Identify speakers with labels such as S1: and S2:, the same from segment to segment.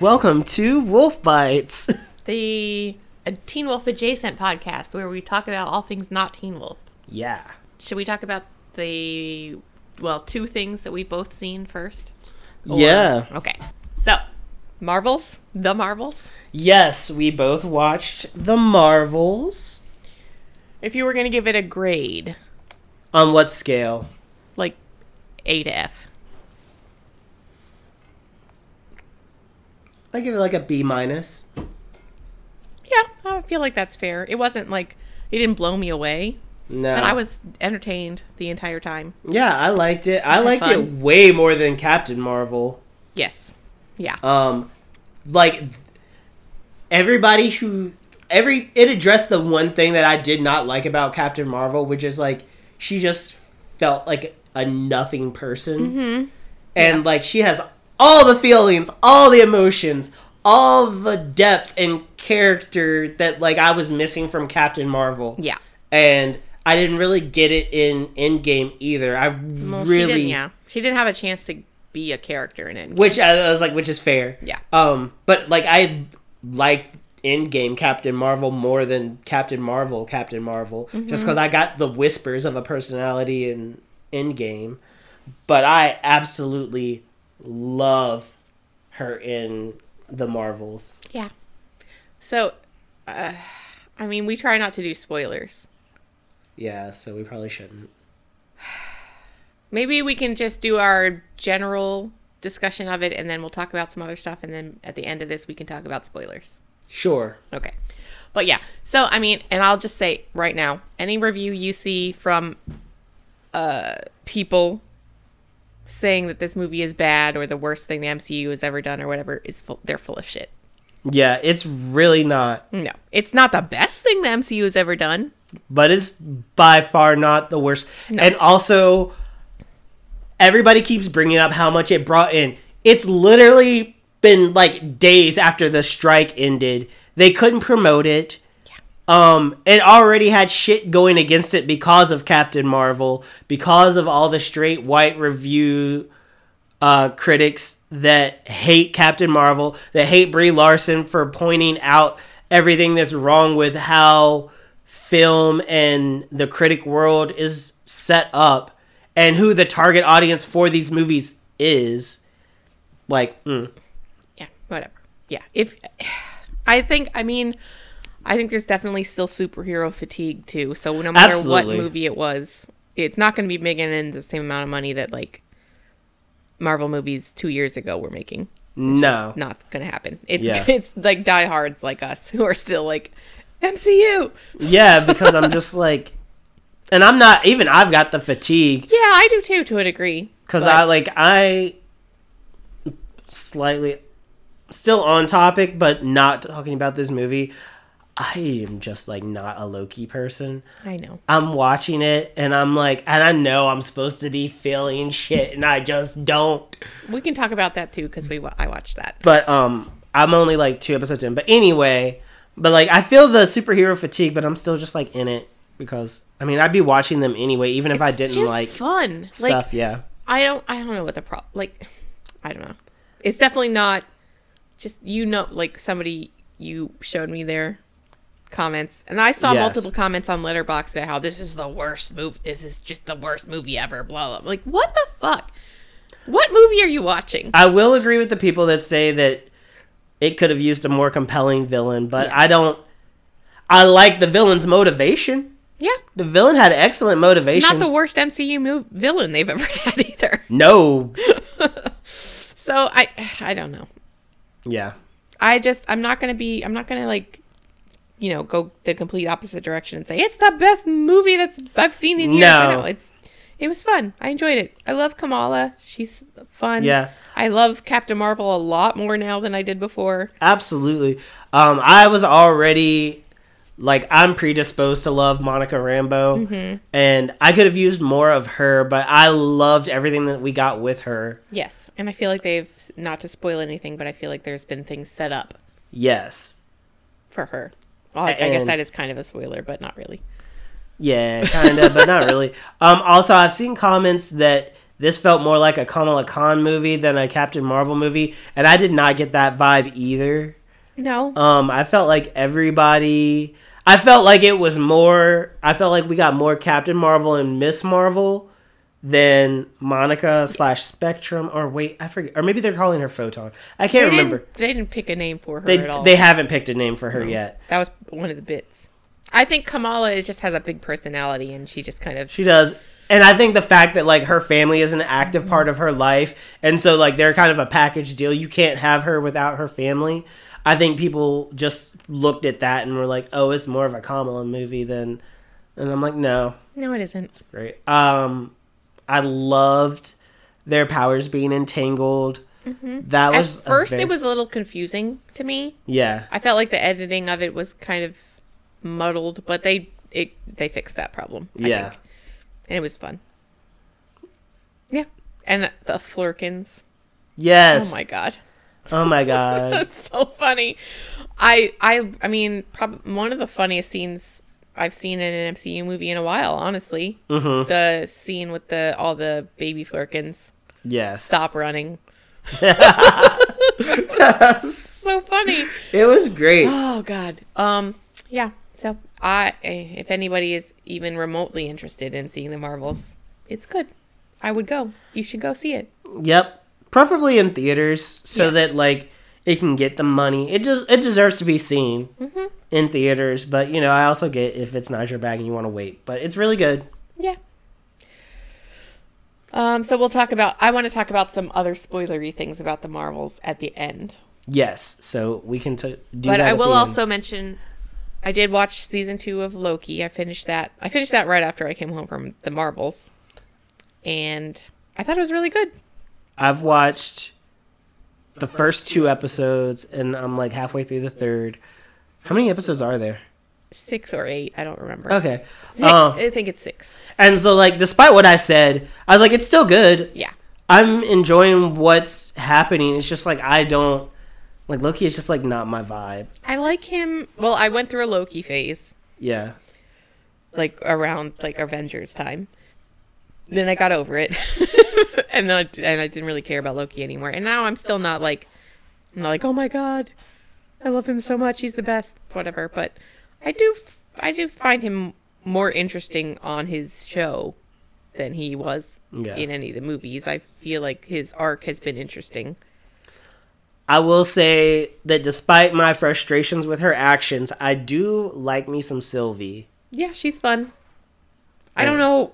S1: Welcome to Wolf Bites.
S2: the a Teen Wolf adjacent podcast where we talk about all things not Teen Wolf.
S1: yeah.
S2: Should we talk about the well, two things that we've both seen first?
S1: Yeah.
S2: Okay. So, Marvels, The Marvels.
S1: Yes, we both watched The Marvels.
S2: If you were going to give it a grade,
S1: On what scale?
S2: like A to F.
S1: I give it like a B minus.
S2: Yeah, I feel like that's fair. It wasn't like it didn't blow me away,
S1: No.
S2: and I was entertained the entire time.
S1: Yeah, I liked it. I liked
S2: fun.
S1: it way more than Captain Marvel.
S2: Yes. Yeah.
S1: Um like everybody who every it addressed the one thing that I did not like about Captain Marvel, which is like she just felt like a nothing person.
S2: Mm-hmm.
S1: And like she has all the feelings, all the emotions, all the depth and character that like I was missing from Captain Marvel
S2: yeah.
S1: and I didn't really get it in Endgame either. I really,
S2: Well, she didn't, yeah. She didn't have a chance to be a character in it.
S1: which I, I was like, which is fair.
S2: Yeah.
S1: Um, but like I liked Endgame Captain Marvel more than Captain Marvel Captain Marvel, just because I got the whispers of a personality in Endgame. But I absolutely love her in the Marvels.
S2: Yeah. So, uh, I mean, we try not to do spoilers.
S1: Yeah, so we probably shouldn't.
S2: Maybe we can just do our general discussion of it, and then we'll talk about some other stuff, and then at the end of this, we can talk about spoilers.
S1: Sure.
S2: Okay. But yeah. So I mean, and I'll just say right now, any review you see from uh people saying that this movie is bad or the worst thing the MCU has ever done or whatever is full, they're full of shit.
S1: Yeah, it's really not,
S2: No. It's not the best thing the MCU has ever done.
S1: but it's by far not the worst. And also, everybody keeps bringing up how much it brought in. It's literally been like days after the strike ended. They couldn't promote it. Um, it already had shit going against it because of Captain Marvel, because of all the straight white review uh, critics that hate Captain Marvel, that hate Brie Larson for pointing out everything that's wrong with how film and the critic world is set up and who the target audience for these movies is. Like, mm,
S2: Yeah, whatever. Yeah. If I think I mean I think there's definitely still superhero fatigue too. So no matter
S1: Absolutely.
S2: what movie it was, it's not going to be making in the same amount of money that like Marvel movies 2 years ago were making.
S1: no.
S2: Not going to happen. It's
S1: Yeah.
S2: it's like diehards like us who are still like MCU.
S1: Yeah, because I'm just like, and I'm not, even I've got the fatigue
S2: Yeah, I do too to a degree.
S1: because
S2: But-
S1: I like I slightly still on topic, but not talking about this movie. I am just like not a Loki person.
S2: I know.
S1: I'm watching it and I'm like, and I know I'm supposed to be feeling shit, and I just don't.
S2: We can talk about that too cuz we wa- I watched that.
S1: But um, I'm only like two episodes in. But anyway, but like I feel the superhero fatigue, but I'm still just like in it because I mean I'd be watching them anyway, even if I
S2: It's
S1: didn't
S2: just
S1: like
S2: fun.
S1: stuff.
S2: Like
S1: yeah,
S2: I don't I don't know what the problem like I don't know. It's definitely not just you know like somebody you showed me their comments and I saw
S1: Yes.
S2: multiple comments on Letterbox about how this is the worst movie this is just the worst movie ever blah blah. blah. Like what the fuck? What movie are you watching?
S1: I will agree with the people that say that it could have used a more compelling villain, but I don't. I like the villain's motivation.
S2: Yeah.
S1: The villain had excellent motivation.
S2: Not the worst MCU move, villain they've ever had either.
S1: no.
S2: So I I don't know.
S1: Yeah.
S2: I just I'm not gonna be I'm not gonna like you know go the complete opposite direction and say it's the best movie that's I've seen in years. I
S1: No.
S2: know it's it was fun. I enjoyed it. I love Kamala. She's fun.
S1: Yeah.
S2: I love Captain Marvel a lot more now than I did before.
S1: Absolutely. Um, I was already like I'm predisposed to love Monica Rambo,
S2: Mm-hmm.
S1: and I could have used more of her, but I loved everything that we got with her.
S2: Yes, and I feel like they've not to spoil anything, but I feel like there's been things set up
S1: Yes.
S2: for her. Well, I, I guess
S1: And-
S2: that is kind of a spoiler, but not really.
S1: Yeah, kind of, but not really. Um, also, I've seen comments that This felt more like a Kamala Khan movie than a Captain Marvel movie, and I did not get that vibe either.
S2: No.
S1: Um, I felt like everybody. I felt like it was more. I felt like we got more Captain Marvel and Miss Marvel than Monica slash Spectrum. Or wait, I forget. Or maybe they're calling her Photon. I
S2: they
S1: can't
S2: didn't,
S1: remember.
S2: They didn't pick a name for her
S1: They
S2: at all.
S1: they haven't picked a name for her yet.
S2: that was one of the bits. I think Kamala is, just has a big personality, and she just kind of
S1: She does. And I think the fact that like her family is an active part of her life and so like they're kind of a package deal. You can't have her without her family. I think people just looked at that and were like, "Oh, it's more of a Kamala movie than." And I'm like, "No,
S2: no, it isn't.
S1: great." Um I loved their powers being entangled. That
S2: Mm-hmm. At
S1: was a
S2: first,
S1: very-
S2: it was a little confusing to me.
S1: Yeah.
S2: I felt like the editing of it was kind of muddled, but they it they fixed that problem. I
S1: Yeah.
S2: think. and it was fun. Yeah, and the Flurkins. Oh
S1: Yes.
S2: my god,
S1: Oh my god.
S2: that's so funny. I I I mean, prob- one of the funniest scenes I've seen in an MCU movie in a while. Honestly,
S1: mhm.
S2: the scene with the all the baby Flurkins
S1: Yes.
S2: stop running. So funny.
S1: it was great.
S2: Oh God. Um. Yeah. So I, eh, if anybody is even remotely interested in seeing the Marvels, it's good. I would go. You should go see it.
S1: Yep. Preferably in theaters so
S2: Yes.
S1: that like it can get the money. It just it deserves to be seen
S2: Mm-hmm.
S1: in theaters, but you know, I also get if it's not your bag and you want to wait, but it's really good.
S2: Yeah. Um. So we'll talk about. I want to talk about some other spoilery things about the Marvels at the end.
S1: Yes. So we can t- do
S2: But
S1: that.
S2: I
S1: at
S2: will
S1: the end.
S2: also mention. I did watch season two of Loki. I finished that. I finished that right after I came home from the Marvels, and I thought it was really good.
S1: I've watched the first two episodes and I'm like halfway through the third. How many episodes are there?
S2: Six or eight, I don't remember.
S1: Okay.
S2: I think-
S1: Um,
S2: I think it's six.
S1: and so like despite what I said, I was like it's still good.
S2: Yeah.
S1: I'm enjoying what's happening. It's just like I don't like Loki is just like not my vibe.
S2: I like him. Well, I went through a Loki phase,
S1: Yeah.
S2: like around like Avengers time. Then I got over it, and then I, and I didn't really care about Loki anymore. And now I'm still not like, I'm not like, oh my god, I love him so much. He's the best, whatever. But I do, f- I do find him more interesting on his show than he was
S1: Yeah.
S2: in any of the movies. I feel like his arc has been interesting.
S1: I will say that despite my frustrations with her actions, I do like me some Sylvie.
S2: Yeah, she's fun. I don't know.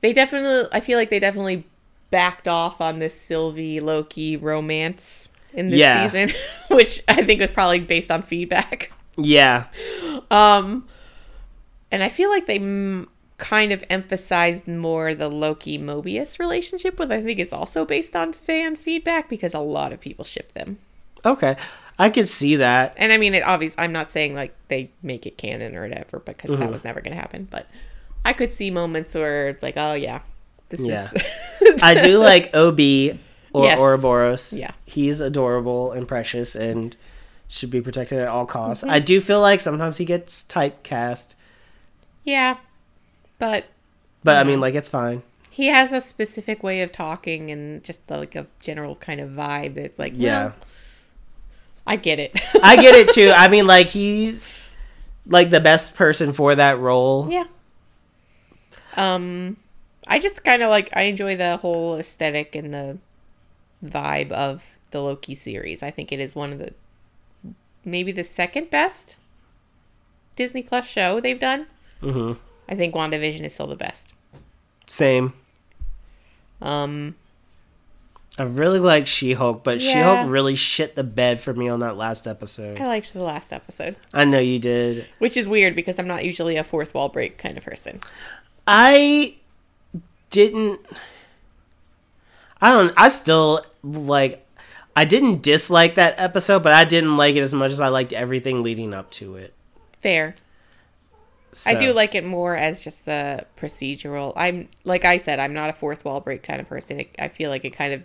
S2: They definitely, I feel like they definitely backed off on this Sylvie Loki romance in this
S1: Yeah.
S2: season, which I think was probably based on feedback.
S1: Yeah.
S2: Um, and I feel like they m- kind of emphasized more the Loki Mobius relationship, which I think is also based on fan feedback because a lot of people ship them.
S1: Okay. I could see that.
S2: And I mean, it obvious. I'm not saying like they make it canon or whatever because
S1: Mm-hmm.
S2: that was never going to happen. But I could see moments where it's like, oh yeah, this
S1: Yeah.
S2: is.
S1: I do like OB or
S2: Yes.
S1: Ouroboros.
S2: Yeah.
S1: He's adorable and precious and should be protected at all costs.
S2: Mm-hmm.
S1: I do feel like sometimes he gets typecast,
S2: yeah, but
S1: but I mean, like, it's fine.
S2: he has a specific way of talking and just like a general kind of vibe that's like,
S1: Yeah.
S2: yeah, I get it.
S1: I get it too. I mean, like, he's like the best person for that role.
S2: yeah. Um, I just kind of like I enjoy the whole aesthetic and the vibe of the Loki series. I think it is one of the maybe the second best Disney Plus show they've done.
S1: Mhm.
S2: I think WandaVision is still the best.
S1: Same.
S2: Um,
S1: I really like She Hulk, but She
S2: Yeah.
S1: Hulk really shit the bed for me on that last episode.
S2: I liked the last episode,
S1: I know you did.
S2: which is weird because I'm not usually a fourth wall break kind of person.
S1: I didn't. I don't. I still like. I didn't dislike that episode, but I didn't like it as much as I liked everything leading up to it.
S2: Fair. I
S1: So,
S2: do like it more as just the procedural. I'm like I said, I'm not a fourth wall break kind of person. It, I feel like it kind of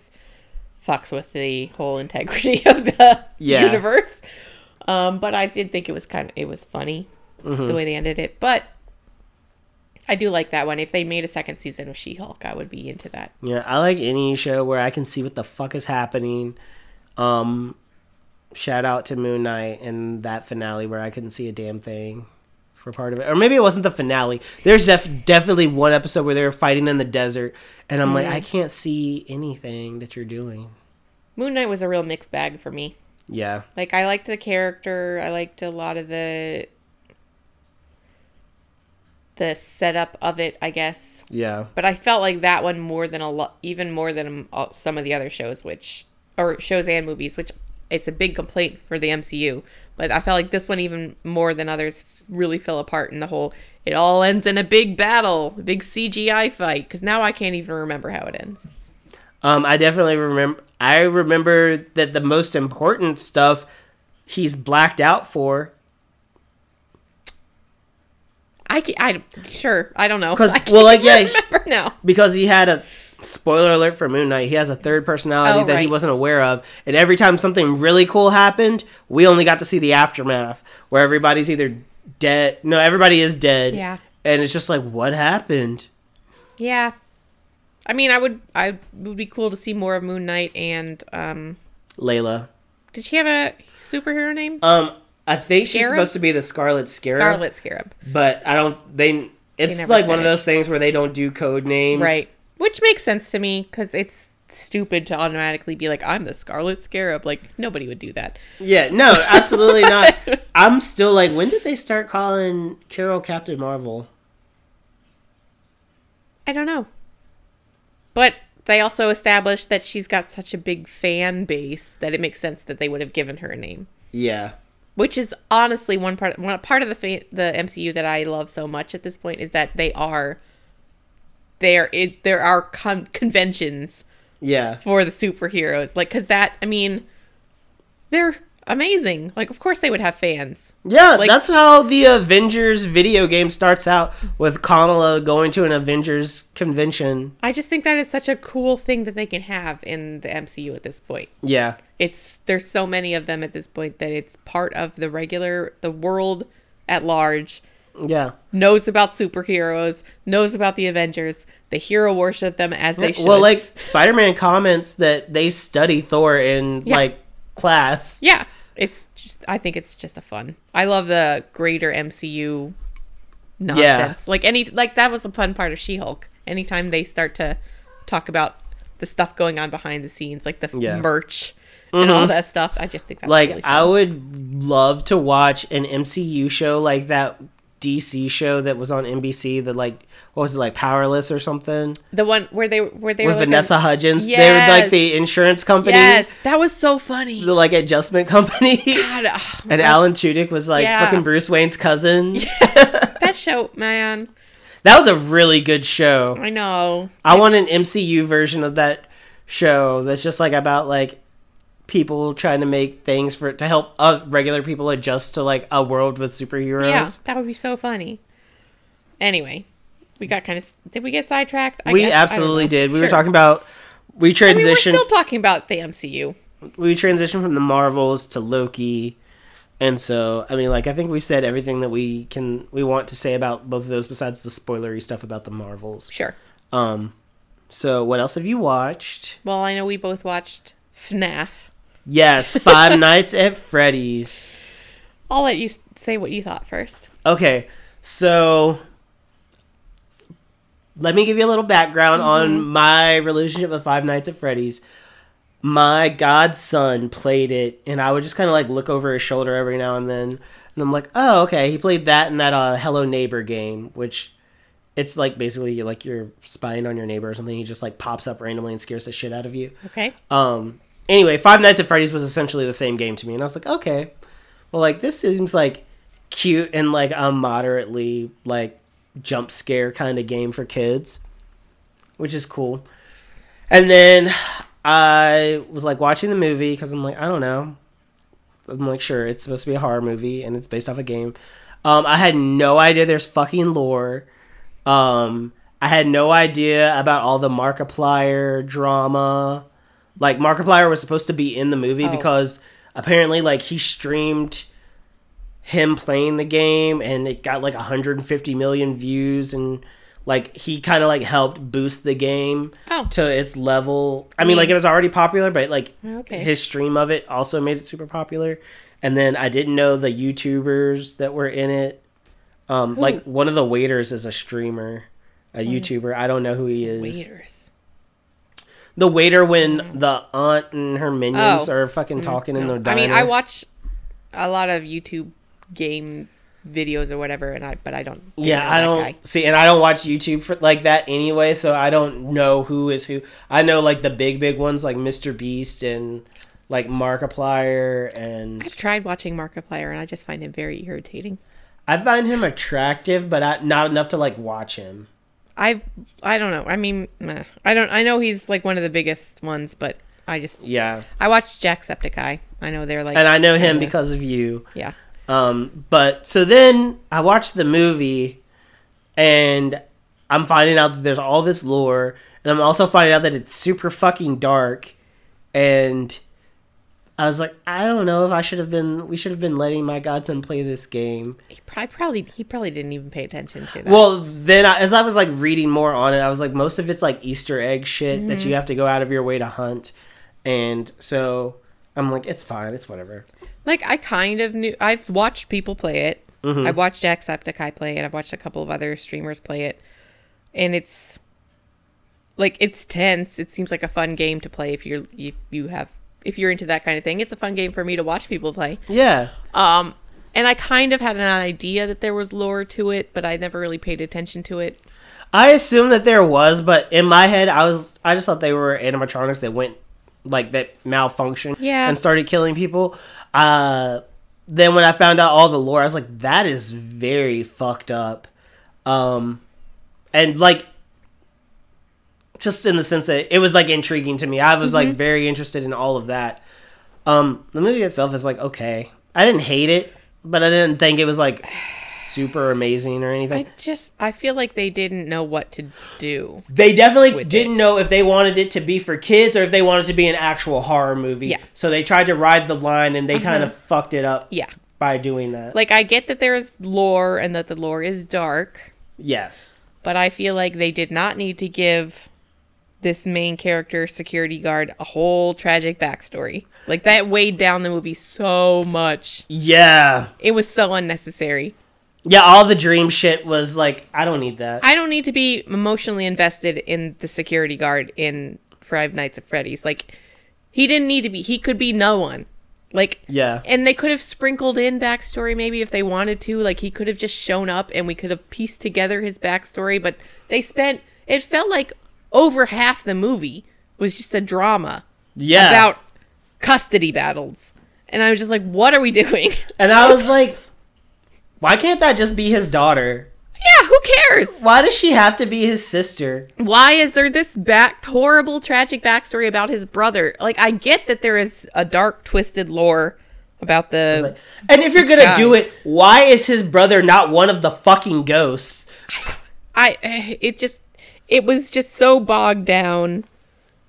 S2: fucks with the whole integrity of the
S1: Yeah.
S2: universe.
S1: Mm-hmm.
S2: Um, but I did think it was kind of it was funny the way they ended it. But I do like that one. If they made a second season of She Hulk, I would be into that.
S1: Yeah, I like any show where I can see what the fuck is happening. Um, shout out to Moon Knight and that finale where I couldn't see a damn thing for part of it, or maybe it wasn't the finale. There's def- definitely one episode where they were fighting in the desert, and I'm like, I can't see anything that you're doing.
S2: Moon Knight was a real mixed bag for me.
S1: Yeah,
S2: Like I liked the character. I liked a lot of the the setup of it, I guess.
S1: yeah,
S2: But I felt like that one more than a lot, even more than um, all- some of the other shows, which or shows and movies, which it's a big complaint for the MCU. But I felt like this one even more than others really fell apart in the whole. It all ends in a big battle, a big CGI fight. Because now I can't even remember how it ends.
S1: Um, I definitely remember. I remember that the most important stuff he's blacked out for.
S2: I can, I sure I don't know.
S1: 'Cause-
S2: I can't
S1: well, like, yeah,
S2: remember now.
S1: because he had a spoiler alert for Moon Knight. He has a third personality
S2: Oh,
S1: that he
S2: right.
S1: wasn't aware of, and every time something really cool happened, we only got to see the aftermath where everybody's either dead. No, everybody is dead.
S2: Yeah.
S1: and it's just like what happened.
S2: Yeah. I mean, I would I it would be cool to see more of Moon Knight and um
S1: Layla.
S2: did she have a superhero name?
S1: Um, I think she's
S2: Scarab?
S1: supposed to be the Scarlet Scarab,
S2: Scarlet Scarab.
S1: but I don't. They. It's
S2: never
S1: like
S2: said
S1: one of
S2: it.
S1: those things where they don't do code names.
S2: Right. Which makes sense to me cuz it's stupid to automatically be like I'm the Scarlet Scarab. Like nobody would do that.
S1: Yeah, no, absolutely not. I'm still like, when did they start calling Carol Captain Marvel?
S2: I don't know. But they also established that she's got such a big fan base that it makes sense that they would have given her a name.
S1: Yeah.
S2: which is honestly one part one part of the fa- the MCU that I love so much at this point is that they are there it there are con- conventions
S1: Yeah.
S2: for the superheroes like cuz that I mean they're amazing like of course they would have fans
S1: Yeah,
S2: Like-
S1: that's how the Avengers video game starts out with Kamala going to an Avengers convention.
S2: I just think that is such a cool thing that they can have in the MCU at this point
S1: Yeah.
S2: it's there's so many of them at this point that it's part of the regular the world at large
S1: Yeah.
S2: knows about superheroes, knows about the Avengers. The hero worship them as they should.
S1: Well, like Spider Man comments that they study Thor in
S2: Yeah.
S1: like class.
S2: yeah, it's just I think it's just a fun. I love the greater MCU nonsense. Like any like that was a fun part of She-Hulk. Anytime they start to talk about the stuff going on behind the scenes, like the
S1: Yeah. Mm-hmm.
S2: merch and all that stuff, I just think that's
S1: Like
S2: really fun.
S1: I would love to watch an MCU show like that DC show that was on NBC, the like what was it like Powerless or something?
S2: the one where they where they
S1: with
S2: were like a-
S1: Vanessa Hudgens. They were like
S2: Yes.
S1: the insurance company,
S2: yes, that was so funny.
S1: the like adjustment company.
S2: God, oh,
S1: and Alan Tudyk was like
S2: Yeah.
S1: fucking Bruce Wayne's cousin.
S2: that show, man.
S1: That was a really good show.
S2: I know.
S1: I want an MCU version of that show that's just like about like people trying to make things for to help uh, regular people adjust to like a world with
S2: Yeah,
S1: superheroes.
S2: that would be so funny. Anyway, we got kind of did we get sidetracked? I
S1: we
S2: guess. I don't
S1: absolutely
S2: know.
S1: did. We were
S2: Sure.
S1: talking about we
S2: I mean, we're
S1: transitioned
S2: still talking about the MCU.
S1: we transitioned from the Marvels to Loki. And so, I mean, like, I think we said everything that we can, we want to say about both of those besides the spoilery stuff about the Marvels.
S2: Sure.
S1: Um, so what else have you watched?
S2: Well, I know we both watched FNAF.
S1: Yes, Five Nights at Freddy's.
S2: I'll let you s- say what you thought first.
S1: Okay, so let me give you a little background on my relationship with Five Nights at Freddy's. my godson played it, and I would just kind of like look over his shoulder every now and then, and I'm like, oh, okay, he played that and that uh, Hello Neighbor game, which it's like basically you're like you're spying on your neighbor or something. He just like pops up randomly and scares the shit out of you.
S2: Okay.
S1: Um. Anyway, Five Nights at Freddy's was essentially the same game to me, and I was like, okay, well, like this seems like cute and like a moderately like jump scare kind of game for kids, which is cool. And then I was like watching the movie because I'm like, I don't know. I'm like, sure, it's supposed to be a horror movie and it's based off a game. Um, I had no idea there's fucking lore. Um, I had no idea about all the Markiplier drama. Like Markiplier was supposed to be in the movie
S2: Oh.
S1: because apparently, like he streamed him playing the game and it got like 150 million views and like he kind of like helped boost the game
S2: Oh.
S1: to its level. I mean,
S2: mean-
S1: like it was already popular, but like
S2: Okay.
S1: his stream of it also made it super popular. And then I didn't know the YouTubers that were in it. Um, like one of the waiters is a streamer,
S2: Oh.
S1: a YouTuber. I don't know who he is.
S2: Waiters.
S1: The waiter when the aunt and her minions
S2: Oh.
S1: are fucking talking in the
S2: I
S1: diner.
S2: mean, I watch a lot of YouTube game videos or whatever, and I but I don't. get
S1: Yeah,
S2: into
S1: I
S2: that
S1: don't
S2: guy.
S1: see, and I don't watch YouTube for like that anyway, so I don't know who is who. I know like the big big ones like Mr. Beast and like Markiplier, and
S2: I've tried watching Markiplier, and I just find him very irritating.
S1: I find him attractive, but I, not enough to like watch him.
S2: I've I don't know. I mean, meh. I don't. I know he's like one of the biggest ones, but I just
S1: Yeah,
S2: I watched Jacksepticeye. I know they're like
S1: and I know him because of you.
S2: yeah.
S1: Um, but so then I watched the movie, and I'm finding out that there's all this lore, and I'm also finding out that it's super fucking dark, and I was like, I don't know if I should have been. We should have been letting my godson play this game.
S2: He probably, probably he probably didn't even pay attention to that.
S1: Well, then I, as I was like reading more on it, I was like, most of it's like Easter egg shit that you have to go out of your way to hunt, and so I'm like, it's fine, it's whatever.
S2: like I kind of knew. I've watched people play it. I've watched Jacksepticeye play it. I've watched a couple of other streamers play it, and it's like it's tense. It seems like a fun game to play if you're if you have if you're into that kind of thing. It's a fun game for me to watch people play.
S1: Yeah.
S2: Um, and I kind of had an idea that there was lore to it, but I never really paid attention to it.
S1: I assume that there was, but in my head, I was I just thought they were animatronics that went like that malfunctioned
S2: Yeah.
S1: and started killing people. Uh, then when I found out all the lore, I was like, that is very fucked up, um, and like just in the sense that it was like intriguing to me. I was like very interested in all of that. Um, the movie itself is like okay, I didn't hate it, but I didn't think it was like super amazing or anything.
S2: I just I feel like they didn't know what to do.
S1: They definitely
S2: with
S1: didn't know if they wanted it to be for kids or if they wanted it to be an actual horror movie.
S2: Yeah. Uh-huh.
S1: So they tried to ride the line and they kind of fucked it up
S2: Yeah.
S1: by doing that.
S2: Like I get that there's lore and that the lore is dark,
S1: yes.
S2: but I feel like they did not need to give this main character security guard a whole tragic backstory. Like that weighed down the movie so much.
S1: Yeah.
S2: It was so unnecessary.
S1: Yeah, all the dream shit was like, I don't need that.
S2: I don't need to be emotionally invested in the security guard in Five Nights at Freddy's. Like, he didn't need to be. He could be no one. Like,
S1: yeah.
S2: and they could have sprinkled in backstory maybe if they wanted to. Like, he could have just shown up and we could have pieced together his backstory. But they spent, it felt like over half the movie was just a drama
S1: Yeah.
S2: about custody battles. And I was just like, what are we doing?
S1: and I was like, why can't that just be his daughter?
S2: yeah, who cares?
S1: Why does she have to be his sister?
S2: why is there this back horrible tragic backstory about his brother like i get that there is a dark twisted lore about the
S1: And if you're going to
S2: guy.
S1: do it, why is his brother not one of the fucking ghosts?
S2: i eh, it just it was just so bogged down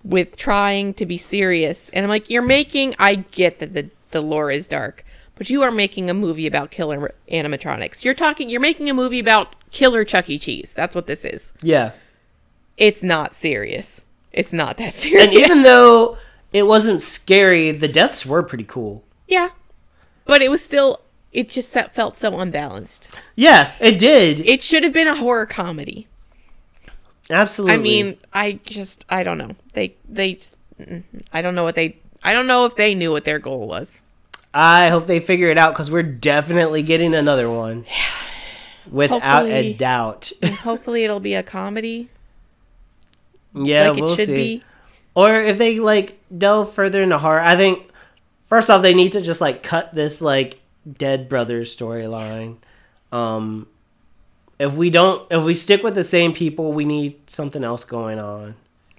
S2: with trying to be serious and i'm like you're making i get that the the lore is dark but you are making a movie about killer animatronics you're talking you're making a movie about killer chuck e cheese that's what this is
S1: Yeah.
S2: it's not serious it's not that serious
S1: And even though it wasn't scary, the deaths were pretty cool.
S2: Yeah. But it was still, it just that felt so unbalanced.
S1: Yeah, it did.
S2: It should have been a horror comedy.
S1: Absolutely.
S2: I mean, I just, I don't know. They, they, just, mm, I don't know what they, I don't know if they knew what their goal was.
S1: I hope they figure it out because we're definitely getting another one. Without
S2: Hopefully.
S1: a doubt.
S2: Hopefully it'll be a comedy.
S1: yeah,
S2: like it
S1: we'll
S2: should
S1: see.
S2: be.
S1: Or if they like delve further into horror, I think first off they need to just like cut this like dead brothers storyline. Um if we don't if we stick with the same people, we need something else going on.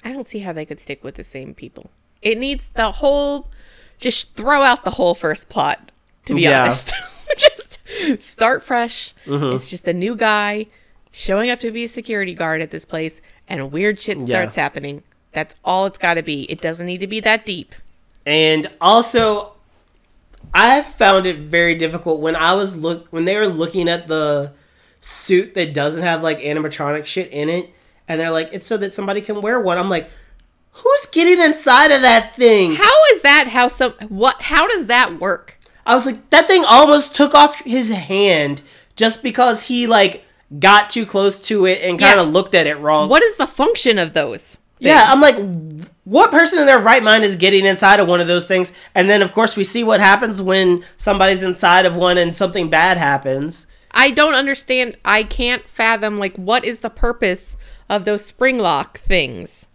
S2: I don't see how they could stick with the same people. It needs the whole, just throw out the whole first plot, to be
S1: Yeah. Mm-hmm.
S2: honest. just start fresh. It's just a new guy showing up to be a security guard at this place, and weird shit starts happening. That's all it's got to be. It doesn't need to be that deep.
S1: And also, I found it very difficult when I was look when they were looking at the suit that doesn't have like animatronic shit in it, and they're like, it's so that somebody can wear one. I'm like, who's getting inside of that thing?
S2: How is that how some what how does that work?
S1: I was like, that thing almost took off his hand just because he like got too close to it and kind of
S2: Yeah.
S1: looked at it wrong.
S2: What is the function of those?
S1: Yeah, I'm like, what person in their right mind is getting inside of one of those things? And then, of course, we see what happens when somebody's inside of one and something bad happens.
S2: I don't understand. I can't fathom like what is the purpose of those spring lock things?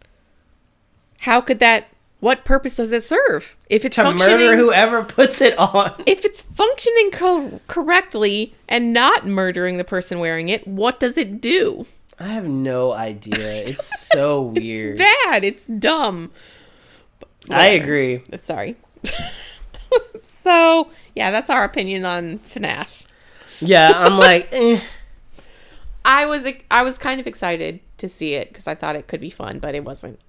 S2: How could that what purpose does it serve? If it's
S1: To
S2: functioning
S1: murder whoever puts it on.
S2: if it's functioning co- correctly and not murdering the person wearing it, what does it do?
S1: I have no idea. It's so weird.
S2: Bad. It's dumb.
S1: I agree.
S2: Sorry. so, yeah, that's our opinion on FNAF.
S1: Yeah, I'm like, eh.
S2: I was I was kind of excited to see it because I thought it could be fun, but it wasn't.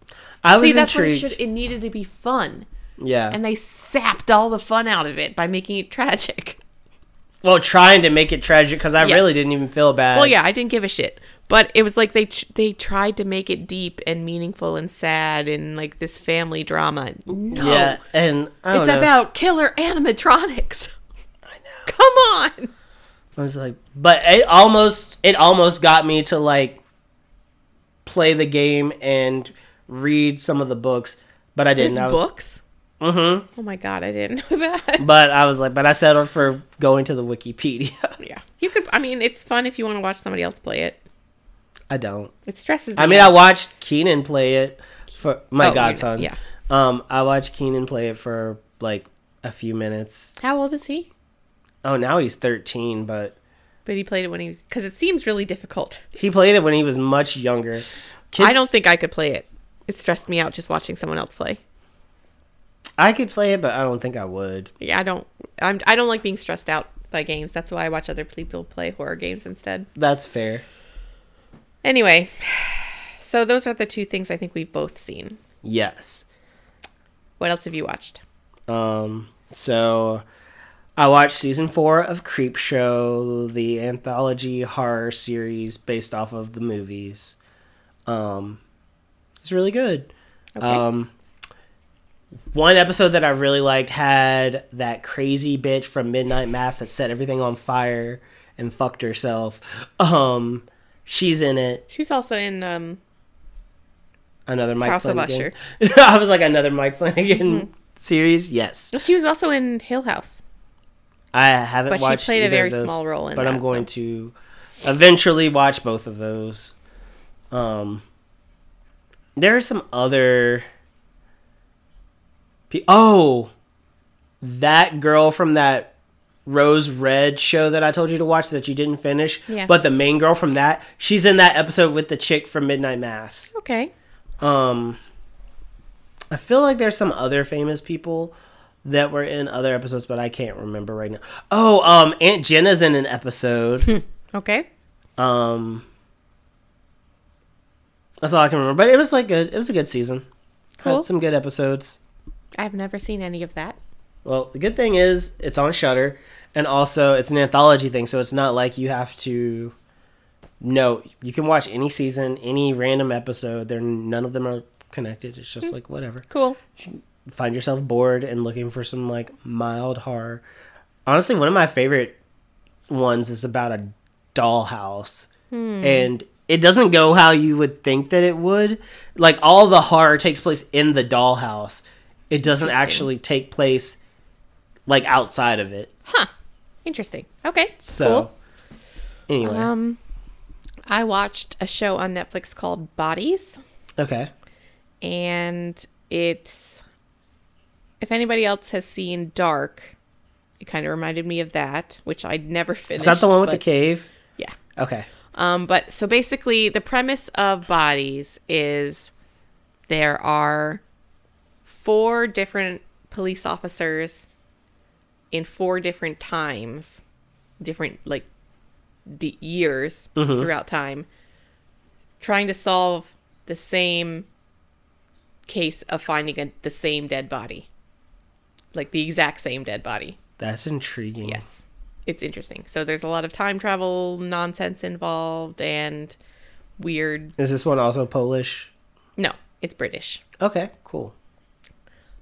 S1: I was
S2: See, that's
S1: intrigued.
S2: what it should. It needed to be fun,
S1: yeah.
S2: and they sapped all the fun out of it by making it tragic.
S1: well, trying to make it tragic because I
S2: Yes.
S1: really didn't even feel bad.
S2: Well, yeah, I didn't give a shit, but it was like they tr- they tried to make it deep and meaningful and sad and like this family drama. No,
S1: Yeah, and I don't
S2: it's
S1: know.
S2: about killer animatronics. I know. Come on.
S1: I was like, but it almost it almost got me to like play the game and read some of the books, but I didn't.
S2: There's
S1: I was, Uh-huh.
S2: books. Mm-hmm. Oh my god, I didn't know that.
S1: But I was like, but I settled for going to the Wikipedia.
S2: yeah, you could. I mean, it's fun if you want to watch somebody else play it.
S1: I don't.
S2: It stresses. Me
S1: I mean, I
S2: out.
S1: watched Keenan play it for my
S2: Oh, you-
S1: godson.
S2: yeah.
S1: Um, I watched Keenan play it for like a few minutes.
S2: how old is he?
S1: Oh, now he's thirteen, but
S2: But he played it when he was because it seems really difficult.
S1: he played it when he was much younger. Kids,
S2: I don't think I could play it. It stressed me out just watching someone else play.
S1: I could play it, but I don't think I would.
S2: Yeah, I don't. I'm. I don't like being stressed out by games. That's why I watch other people play horror games instead.
S1: That's fair.
S2: Anyway, so those are the two things I think we've both seen.
S1: Yes.
S2: What else have you watched?
S1: Um, so I watched season four of Creep Show, the anthology horror series based off of the movies. Um, it's really good. Um, one episode that I really liked had that crazy bitch from Midnight Mass that set everything on fire and fucked herself. Um, she's in it.
S2: She was also in. Um,
S1: Another Mike
S2: House of Mm-hmm.
S1: Flanagan. I was like another Mike Flanagan series. Yes.
S2: she was also in Hill House.
S1: I haven't
S2: But she
S1: watched.
S2: played
S1: either
S2: a
S1: of
S2: very
S1: those,
S2: small role in
S1: But I'm
S2: that,
S1: going to eventually watch both of those. Um, there are some other. Pe- oh, that girl from that Rose Red show that I told you to watch that you didn't finish.
S2: Yeah.
S1: But the main girl from that, she's in that episode with the chick from Midnight Mass.
S2: Okay.
S1: Um, I feel like there's some other famous people that were in other episodes, but I can't remember right now. Oh, um, Aunt Jenna's in an episode.
S2: Okay.
S1: um, that's all I can remember. But it was like good. It was a good season.
S2: Cool.
S1: Had some good episodes.
S2: I've never seen any of that.
S1: Well, the good thing is it's on Shutter, and also it's an anthology thing, so it's not like you have to. No, you can watch any season, any random episode. They're none of them are connected. It's just like whatever.
S2: Cool.
S1: find yourself bored and looking for some like mild horror. Honestly, one of my favorite ones is about a dollhouse.
S2: Hmm.
S1: And it doesn't go how you would think that it would. Like all the horror takes place in the dollhouse. It doesn't actually take place like outside of it.
S2: Interesting. Okay.
S1: So anyway.
S2: cool. Um, I watched a show on Netflix called Bodies.
S1: okay.
S2: and it's if anybody else has seen Dark, it kind of reminded me of that, which I'd never finished.
S1: Is that the one with the
S2: but-
S1: cave?
S2: Yeah.
S1: Okay.
S2: Um, but so basically, the premise of Bodies is there are four different police officers in four different times, different like d- years throughout time, trying to solve the same case of finding a, the same dead body, like the exact same dead body.
S1: That's intriguing.
S2: Yes. it's interesting. So there's a lot of time travel nonsense involved and weird.
S1: Is this one also Polish?
S2: No, it's British.
S1: Okay, cool.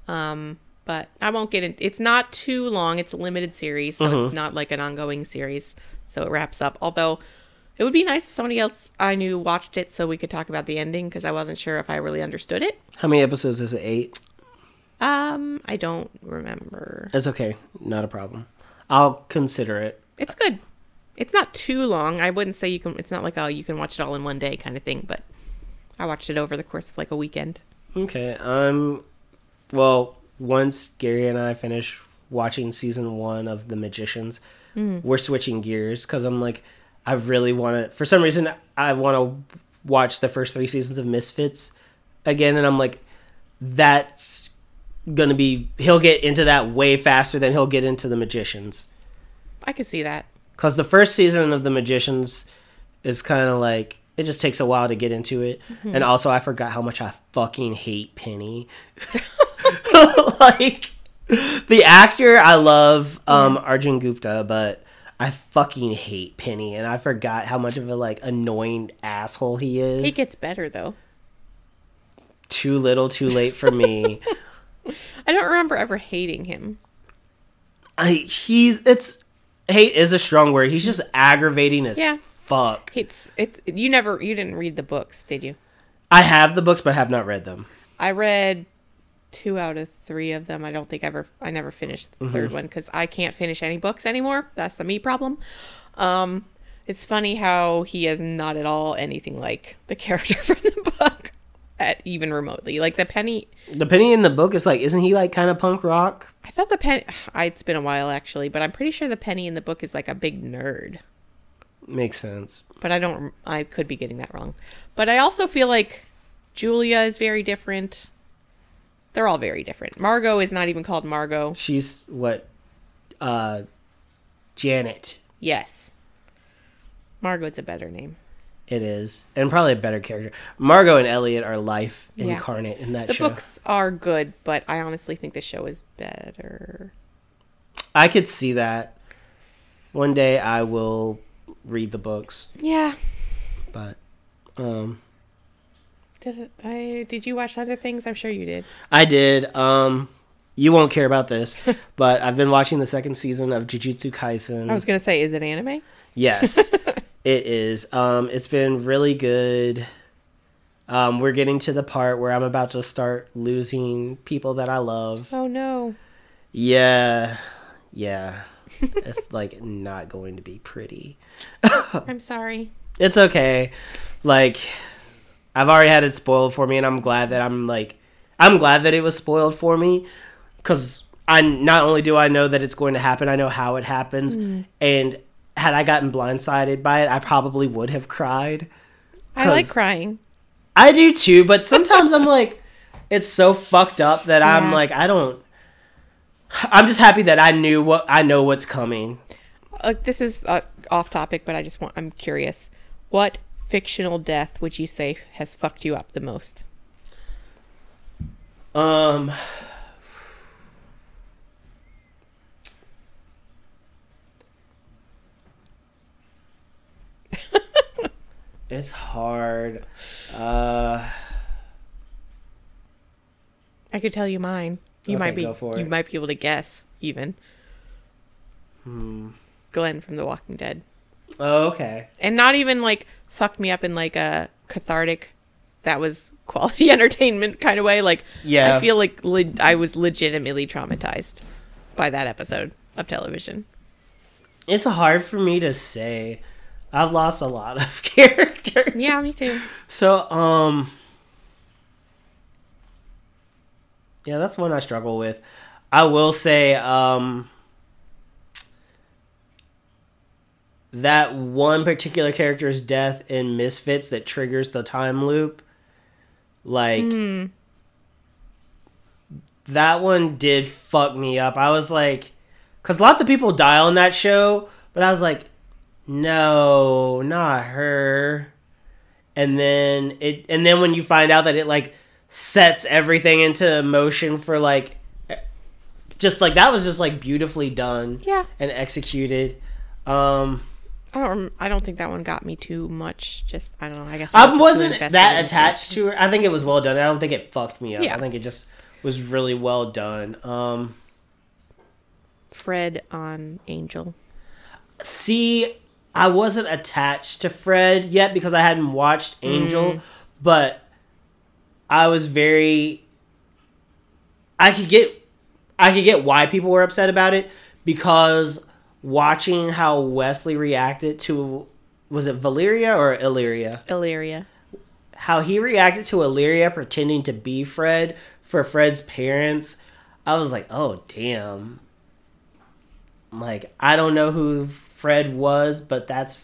S2: Um, but I won't get in. It's not too long. It's a limited series, so it's not like an ongoing series. So it wraps up. Although it would be nice if somebody else I knew watched it so we could talk about the ending because I wasn't sure if I really understood it.
S1: How many episodes is it? Eight.
S2: Um, I don't remember.
S1: That's okay. Not a problem. I'll consider it.
S2: It's good. It's not too long. I wouldn't say you can. It's not like oh, you can watch it all in one day kind of thing. But I watched it over the course of like a weekend.
S1: Okay. Um. Well, once Gary and I finish watching season one of The Magicians, we're switching gears because I'm like, I really want to. For some reason, I want to watch the first three seasons of Misfits again, and I'm like, that's gonna be. He'll get into that way faster than he'll get into The Magicians
S2: I could see that.
S1: because the first season of the magicians is kind of like it just takes a while to get into it
S2: Mm-hmm.
S1: and also i forgot how much i fucking hate penny like the actor i love um
S2: Mm-hmm.
S1: arjun gupta but i fucking hate penny and i forgot how much of a like annoying asshole he is
S2: It gets better though.
S1: too little too late for me
S2: I don't remember ever hating him.
S1: I, he's it's hate is a strong word he's just aggravating as
S2: Mm-hmm. Yeah.
S1: fuck
S2: It's it's you never you didn't read the books, did you?
S1: i have the books but have not read them
S2: I read two out of three of them. I don't think I ever I never finished the third one because I can't finish any books anymore. That's the me problem. Um, it's funny how he is not at all anything like the character from the book, at even remotely. Like the penny,
S1: The penny in the book is like, isn't he like kind of punk rock?
S2: I thought the penny. It's been a while actually, but I'm pretty sure the penny in the book is like a big nerd.
S1: Makes sense.
S2: but I don't. I could be getting that wrong. But I also feel like Julia is very different. They're all very different. Margot is not even called Margot.
S1: She's what? Uh, Janet.
S2: Yes, Margot's a better name.
S1: It is, and probably a better character. Margot and Elliot are life
S2: Yeah.
S1: incarnate in that
S2: The
S1: show.
S2: books are good, but I honestly think the show is better.
S1: I could see that. One day I will read the books,
S2: Yeah.
S1: but um,
S2: Did it, I? Did you watch other things? I'm sure you did.
S1: I did. Um, you won't care about this, but I've been watching the second season of Jujutsu Kaisen.
S2: I was gonna say, is it anime?
S1: Yes, it is. Um, it's been really good. Um, we're getting to the part where I'm about to start losing people that I love.
S2: Oh no.
S1: Yeah, yeah. it's like not going to be pretty.
S2: I'm sorry.
S1: It's okay. Like, I've already had it spoiled for me, and I'm glad that I'm like, I'm glad that it was spoiled for me, because I not only do I know that it's going to happen, I know how it happens, and had I gotten blindsided by it, I probably would have cried.
S2: I like
S1: 'Cause-
S2: crying.
S1: I do too, but sometimes I'm like, it's so fucked up that I'm
S2: Yeah.
S1: like, I don't. I'm just happy that I knew what I know what's coming.
S2: like this is uh, off topic, but I just want I'm curious. What fictional death would you say has fucked you up the most?
S1: Um. it's hard. Uh,
S2: I could tell you mine. You
S1: Okay,
S2: might be
S1: go for
S2: you
S1: it.
S2: might be able to guess even.
S1: Hmm.
S2: Glenn from The Walking Dead.
S1: oh, okay.
S2: And not even like fucked me up in like a cathartic that was quality entertainment kind of way like
S1: Yeah.
S2: I feel like le- I was legitimately traumatized by that episode of television.
S1: It's hard for me to say. I've lost a lot of characters.
S2: Yeah, me too.
S1: So, um, yeah, that's one I struggle with. I will say, um, that one particular character's death in Misfits that triggers the time loop, like, that one did fuck me up. I was like, because lots of people die on that show, but I was like, no, not her and then it and then when you find out that it like sets everything into motion for like just like that was just like beautifully done
S2: Yeah.
S1: and executed Um,
S2: I don't. rem- I don't think that one got me too much. Just I don't know. I guess
S1: I
S2: not too
S1: wasn't
S2: invested
S1: that
S2: into
S1: attached
S2: it.
S1: to her. I think it was well done. I don't think it fucked me up.
S2: Yeah.
S1: I think it just was really well done. Um,
S2: Fred on Angel.
S1: see, I wasn't attached to Fred yet because I hadn't watched Angel,
S2: Mm.
S1: but I was very. I could get, I could get why people were upset about it because watching how Wesley reacted to was it Valeria or Illyria?
S2: Illyria.
S1: how he reacted to Illyria pretending to be Fred for Fred's parents, I was like, oh damn. Like I don't know who Fred was, but that's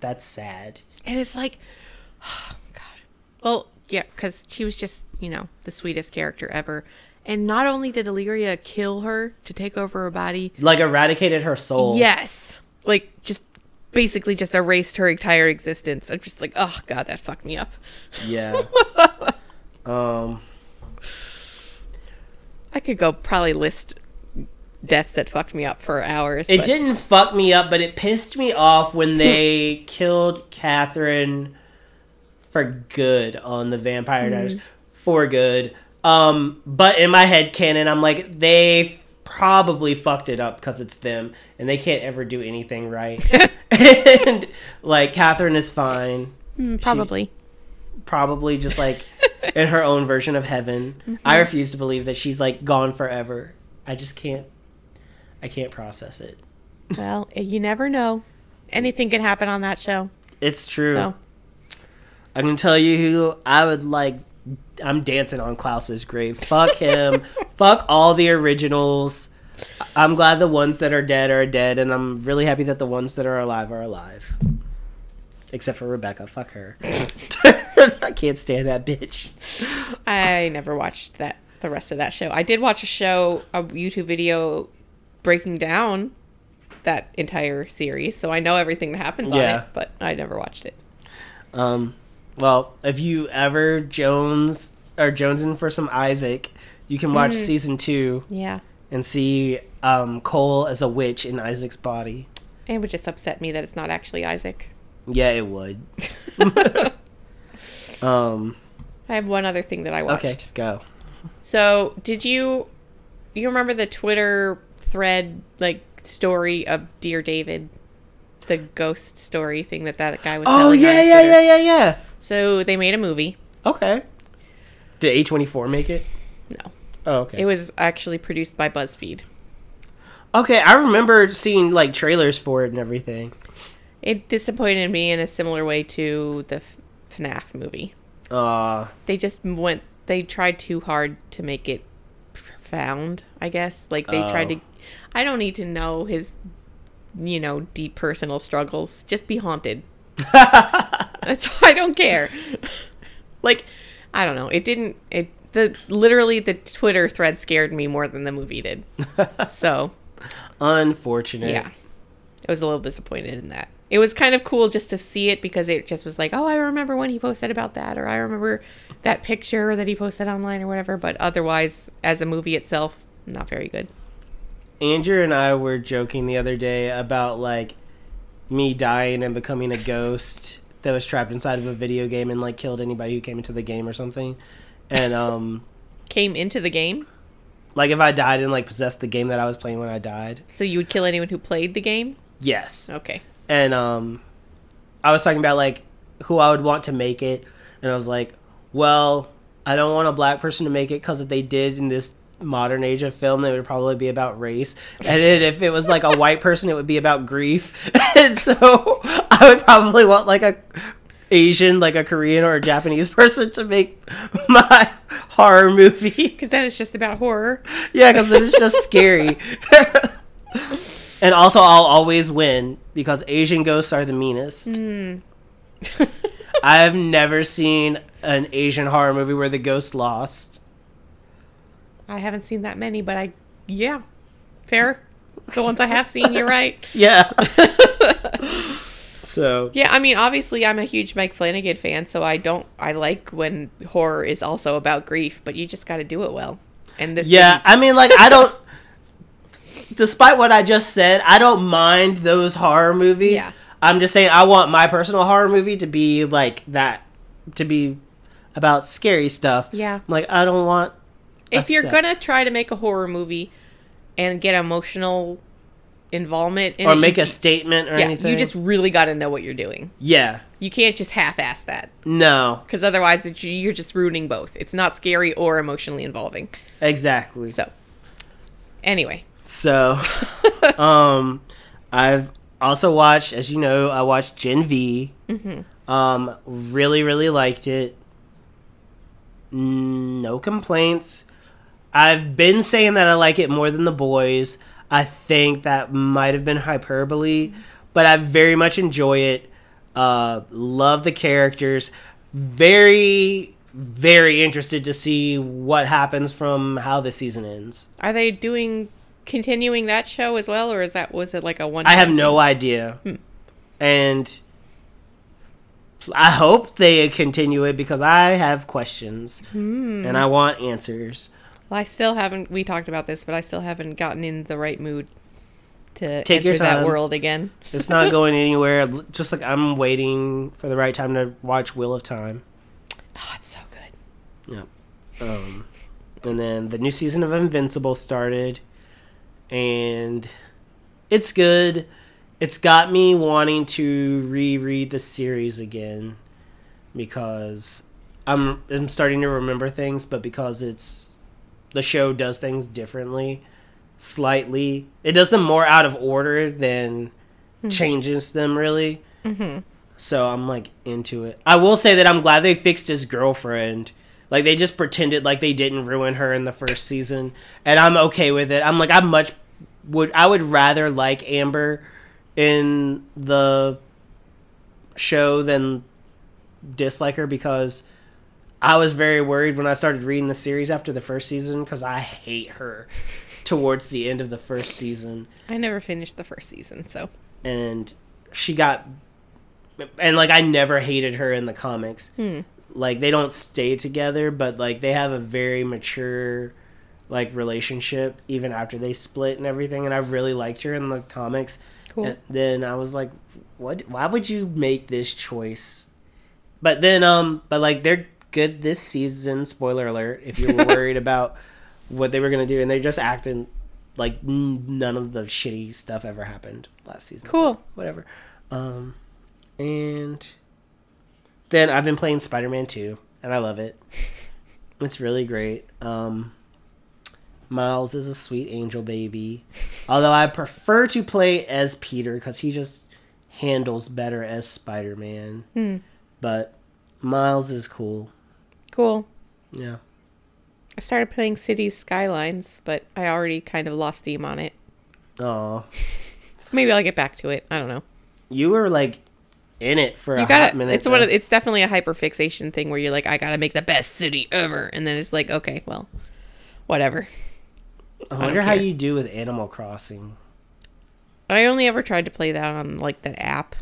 S1: that's sad.
S2: And it's like, God. Well, yeah, because she was just, you know, the sweetest character ever. And not only did Illyria kill her to take over her body,
S1: Like eradicated her soul.
S2: yes, like just basically just erased her entire existence. I'm just like, oh God, that fucked me up.
S1: Yeah. um.
S2: I could go probably list deaths that fucked me up for hours.
S1: It
S2: but-
S1: didn't fuck me up, but it pissed me off when they killed Catherine for good on the
S2: Mm-hmm.
S1: Vampire Diaries. For good. Um, but in my head canon, I'm like, they f- probably fucked it up because it's them and they can't ever do anything right. and like, Catherine is fine.
S2: Mm, probably.
S1: Probably just like in her own version of heaven.
S2: Mm-hmm.
S1: I refuse to believe that she's like gone forever. I just can't. I can't process it.
S2: well, eh, you never know. Anything can happen on that show.
S1: It's true.
S2: So
S1: I can tell you who I would like. I'm dancing on Klaus's grave. Fuck him. Fuck all the originals. I- I'm glad the ones that are dead are dead, and I'm really happy that the ones that are alive are alive. Except for Rebecca. Fuck her. I can't stand that bitch.
S2: I never watched that the rest of that show. I did watch a show, a YouTube video breaking down that entire series, so I know everything that happens on
S1: Yeah.
S2: it, but I never watched it.
S1: Um, well, if you ever Jones or Jonesing for some Isaac, you can watch season two
S2: Yeah.
S1: and see um, Cole as a witch in Isaac's body.
S2: It would just upset me that it's not actually Isaac.
S1: Yeah, it would. um.
S2: I have one other thing that I watched.
S1: Okay, go.
S2: So, did you you remember the Twitter thread like story of Dear David, the ghost story thing that that guy was?
S1: Oh
S2: selling on
S1: yeah, yeah,
S2: Twitter?
S1: yeah, yeah, yeah.
S2: So they made a movie.
S1: Okay. Did A twenty four make it?
S2: No,
S1: Oh, okay.
S2: it was actually produced by BuzzFeed.
S1: okay, I remember seeing like trailers for it and everything.
S2: It disappointed me in a similar way to the F- FNAF movie.
S1: Uh
S2: They just went. They tried too hard to make it profound. I guess like they tried
S1: Oh.
S2: to. I don't need to know his, you know, deep personal struggles. Just be haunted. That's I don't care. like, I don't know. It didn't. It the literally the Twitter thread scared me more than the movie did. so
S1: unfortunate.
S2: yeah, I was a little disappointed in that. It was kind of cool just to see it because it just was like, oh, I remember when he posted about that, or I remember that picture that he posted online, or whatever. But otherwise, as a movie itself, not very good.
S1: Andrew and I were joking the other day about like me dying and becoming a ghost that was trapped inside of a video game and like killed anybody who came into the game or something. And um
S2: Came into the game,
S1: like if I died and like possessed the game that I was playing when I died.
S2: so you would kill anyone who played the game.
S1: Yes.
S2: Okay.
S1: and um i was talking about like who i would want to make it and i was like well i don't want a black person to make it because if they did in this modern age of film it would probably be about race and then if it was like a white person it would be about grief and so i would probably want like a asian like a korean or a japanese person to make my horror movie
S2: Because then it's just about horror.
S1: yeah because then it's just scary and also i'll always win because asian ghosts are the meanest
S2: Mm.
S1: I've never seen an Asian horror movie where the ghost lost.
S2: I haven't seen that many, but I, yeah, fair. The ones I have seen, you're right.
S1: Yeah. so
S2: Yeah, I mean, obviously, I'm a huge Mike Flanagan fan, so I don't. I like when horror is also about grief, but you just got to do it well. And this,
S1: yeah,
S2: didn't-
S1: I mean, like I don't. despite what I just said, I don't mind those horror movies.
S2: Yeah.
S1: I'm just saying I want my personal horror movie to be like that, to be about scary stuff.
S2: Yeah.
S1: I'm like I don't want. a
S2: if you're
S1: set.
S2: gonna try to make a horror movie and get emotional involvement in
S1: or
S2: it, you
S1: make a
S2: ju-
S1: statement or
S2: yeah,
S1: anything,
S2: you just really got to know what you're doing.
S1: yeah,
S2: You can't just half-ass that
S1: no,
S2: because otherwise it, you're just ruining both. It's not scary or emotionally involving.
S1: exactly.
S2: So, anyway,
S1: So, um, I've also watched, as you know, I watched Gen V. Um, really, really liked it. Mm, No complaints. I've been saying that I like it more than the boys. I think that might have been hyperbole, but I very much enjoy it. Uh, love the characters. Very, very interested to see what happens from how this season ends.
S2: are they doing continuing that show as well, or is that was it like a one?
S1: I have no idea. And I hope they continue it because I have questions and I want answers.
S2: Well, I still haven't. We talked about this, but I still haven't gotten in the right mood to
S1: Take
S2: enter
S1: your
S2: that
S1: time.
S2: world again.
S1: It's not going anywhere. L- Just like I'm waiting for the right time to watch Wheel of Time.
S2: Oh, it's so good.
S1: Yeah. Um, and then the new season of Invincible started, and it's good. It's got me wanting to reread the series again because I'm I'm starting to remember things, but because it's the show does things differently, slightly. It does them more out of order than changes them really. So I'm like into it. I will say that I'm glad they fixed his girlfriend. Like they just pretended like they didn't ruin her in the first season, and I'm okay with it. I'm like I much would I would rather like Amber in the show than dislike her because I was very worried when I started reading the series after the first season because I hate her towards the end of the first season
S2: I never finished the first season, so
S1: and she got and like I never hated her in the comics. Like they don't stay together, but like they have a very mature like relationship even after they split and everything and I really liked her in the comics.
S2: Cool.
S1: And then I was like what why would you make this choice? But then um but like they're good this season, spoiler alert, if you were worried about what they were going to do and they're just acting like n- none of the shitty stuff ever happened last season. So,
S2: Cool.
S1: whatever. Um, and then I've been playing Spider Man 2, and I love it. It's really great. Um, Miles is a sweet angel baby. Although I prefer to play as Peter because he just handles better as Spider Man.
S2: Hmm.
S1: But Miles is cool.
S2: cool.
S1: Yeah.
S2: I started playing Cities Skylines, but I already kind of lost steam on it.
S1: Aw.
S2: So maybe I'll get back to it. I don't know.
S1: You were like in it for
S2: You
S1: a hot
S2: gotta.
S1: minute.
S2: It's one. Of,
S1: though.
S2: it's definitely a hyperfixation thing where you're like, I gotta make the best city ever, and then it's like, okay, well, whatever.
S1: I
S2: don't
S1: wonder how
S2: care.
S1: you do with Animal Crossing.
S2: I only ever tried to play that on like that app,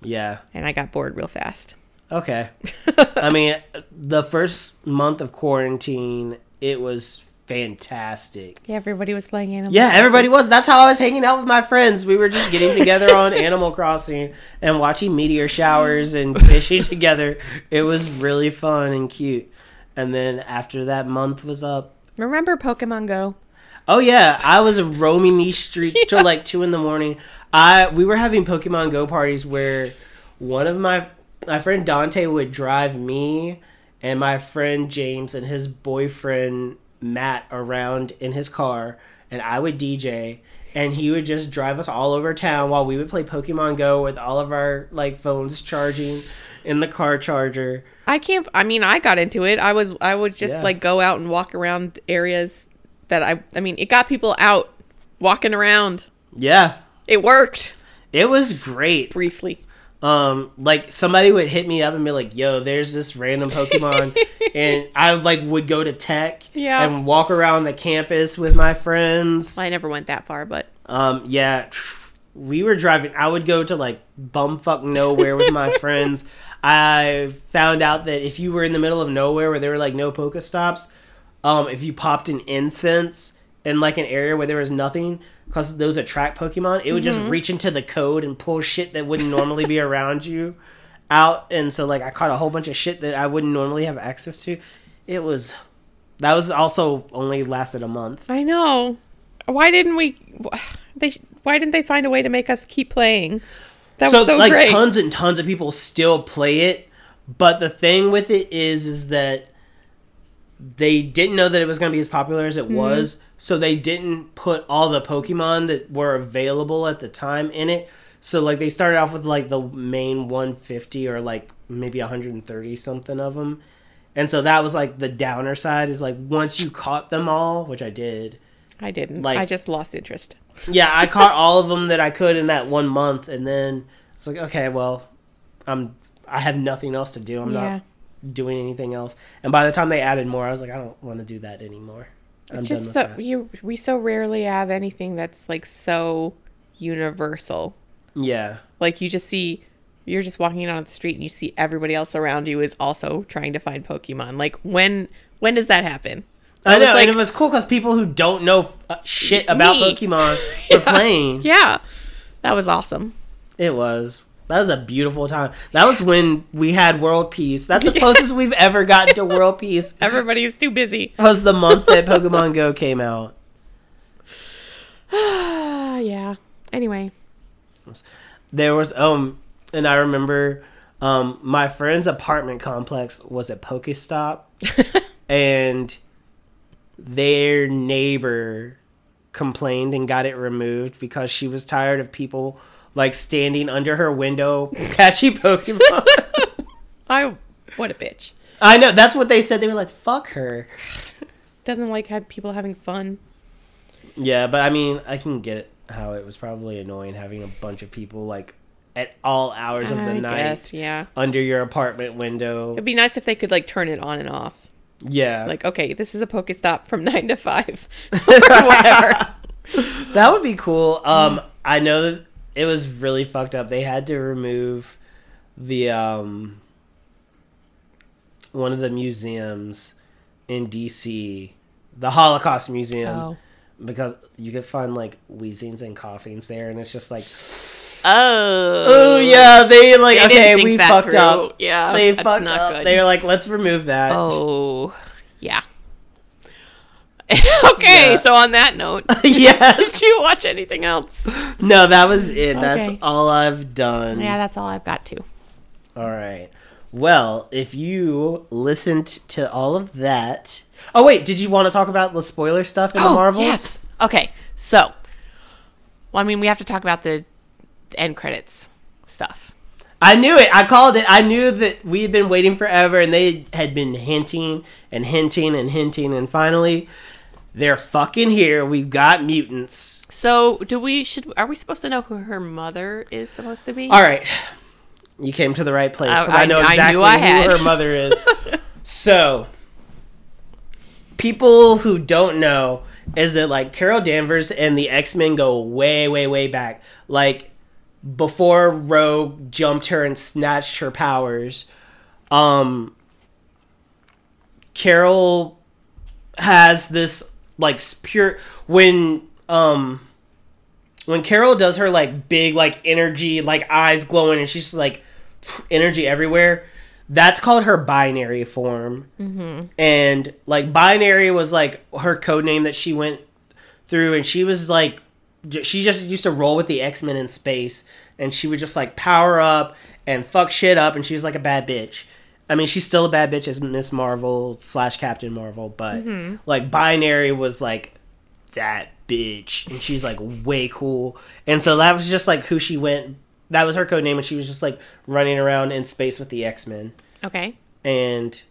S1: Yeah.
S2: and I got bored real fast.
S1: Okay. I mean, the first month of quarantine, it was fantastic.
S2: Yeah, everybody was playing Animal.
S1: Yeah, everybody was. That's how I was hanging out with my friends. We were just getting together on Animal Crossing and watching meteor showers and fishing together. It was really fun and cute. And then after that month was up,
S2: Remember Pokemon Go?
S1: Oh yeah, I was roaming these streets till like two in the morning. I we were having Pokemon Go parties where one of my my friend Dante would drive me and my friend James and his boyfriend Matt around in his car, and I would DJ, and he would just drive us all over town while we would play Pokemon Go with all of our like phones charging in the car charger.
S2: I can't. I mean, I got into it. I was. I would just
S1: Yeah.
S2: like go out and walk around areas that I. I mean, it got people out walking around.
S1: Yeah,
S2: It worked
S1: it was great.
S2: briefly.
S1: um like somebody would hit me up and be like yo there's this random pokemon and i like would go to tech
S2: Yeah.
S1: and walk around the campus with my friends
S2: Well, I never went that far, but
S1: um yeah we were driving i would go to like bumfuck nowhere with my friends i found out that if you were in the middle of nowhere where there were like no pokestops um if you popped an incense in like an area where there was nothing because those attract Pokemon, it would just reach into the code and pull shit that wouldn't normally be around you out. And so, like, I caught a whole bunch of shit that I wouldn't normally have access to. It was. That was also only lasted a month.
S2: I know. Why didn't we? They sh- why didn't they find a way to make us keep playing? That
S1: so,
S2: was so
S1: like
S2: great.
S1: tons and tons of people still play it but the thing with it is is that they didn't know that it was going to be as popular as it
S2: Mm-hmm.
S1: was so they didn't put all the pokemon that were available at the time in it so like they started off with like the main 150 or like maybe 130 something of them and so that was like the downer side is like once you caught them all which i did
S2: I didn't.
S1: like-
S2: I just lost interest.
S1: yeah, I caught all of them that I could in that one month, and then it's like, okay, well, I'm I have nothing else to do. I'm
S2: Yeah.
S1: not doing anything else. And by the time they added more, I was like, I don't want to do that anymore. I'm
S2: It's
S1: done
S2: just
S1: with
S2: so
S1: that.
S2: you we so rarely have anything that's like so universal.
S1: Yeah,
S2: Like you just see you're just walking down the street and you see everybody else around you is also trying to find Pokemon. Like when when does that happen?
S1: I
S2: That was
S1: know,
S2: like-
S1: and it was cool because people who don't know f- uh, shit about
S2: Me.
S1: Pokemon were playing.
S2: Yeah. That was awesome.
S1: It was. That was a beautiful time. That was when we had world peace. That's the closest we've ever gotten to world peace.
S2: Everybody was too busy.
S1: Was the month that Pokemon Go came out.
S2: Ah, yeah. Anyway,
S1: there was um and i remember um my friend's apartment complex was a pokestop and their neighbor complained and got it removed because she was tired of people like standing under her window catching pokemon
S2: I what a bitch.
S1: i know that's what they said they were like fuck her
S2: Doesn't like have people having fun.
S1: yeah but i mean i can get it how it was probably annoying having a bunch of people like at all hours of the
S2: I
S1: night
S2: guess, yeah.
S1: under your apartment window
S2: It'd be nice if they could like turn it on and off.
S1: yeah
S2: Like, okay, this is a Pokestop from nine to five
S1: Oh.
S2: or whatever.
S1: That would be cool. Um, I know that it was really fucked up. They had to remove the um one of the museums in DC, the Holocaust Museum,
S2: Oh.
S1: because you could find like wheezings and coughings there, and it's just like,
S2: Oh.
S1: oh yeah, they like
S2: They didn't
S1: okay,
S2: think
S1: we
S2: that
S1: fucked
S2: through.
S1: up.
S2: Yeah,
S1: They
S2: that's
S1: fucked
S2: not
S1: up.
S2: good.
S1: They're like, let's remove that.
S2: Oh, yeah. okay,
S1: Yeah.
S2: so on that note,
S1: yes.
S2: did you watch anything else?
S1: No, that was it. That's
S2: Okay.
S1: all I've done.
S2: Yeah, that's all I've got to.
S1: All right. Well, if you listened to all of that. Oh, wait. Did you want to talk about the spoiler stuff in the Marvels?
S2: Oh, Yes. Okay, so, well, I mean, we have to talk about the, the end credits stuff.
S1: I knew it. I called it. I knew that we had been waiting forever and they had been hinting and hinting and hinting. And finally, they're fucking here. We've got mutants.
S2: So, do we should are we supposed to know who her mother is supposed to be?
S1: All right. You came to the right place. 'cause
S2: I-
S1: I, know
S2: I- I
S1: exactly
S2: knew I
S1: who
S2: had.
S1: her mother is. so, people who don't know is that like Carol Danvers and the X Men go way, way, way back. Like before Rogue jumped her and snatched her powers. Um, Carol has this like pure when um when Carol does her like big like energy like eyes glowing and she's just, like energy everywhere that's called her binary form and like binary was like her code name that she went through and she was like j- she just used to roll with the x-men in space and she would just like power up and fuck shit up and she was like a bad bitch i mean she's still a bad bitch as miss marvel slash captain marvel but like binary was like that bitch and she's like way cool and so that was just like who she went that was her code name and she was just like running around in space with the x-men
S2: Okay.
S1: and
S2: So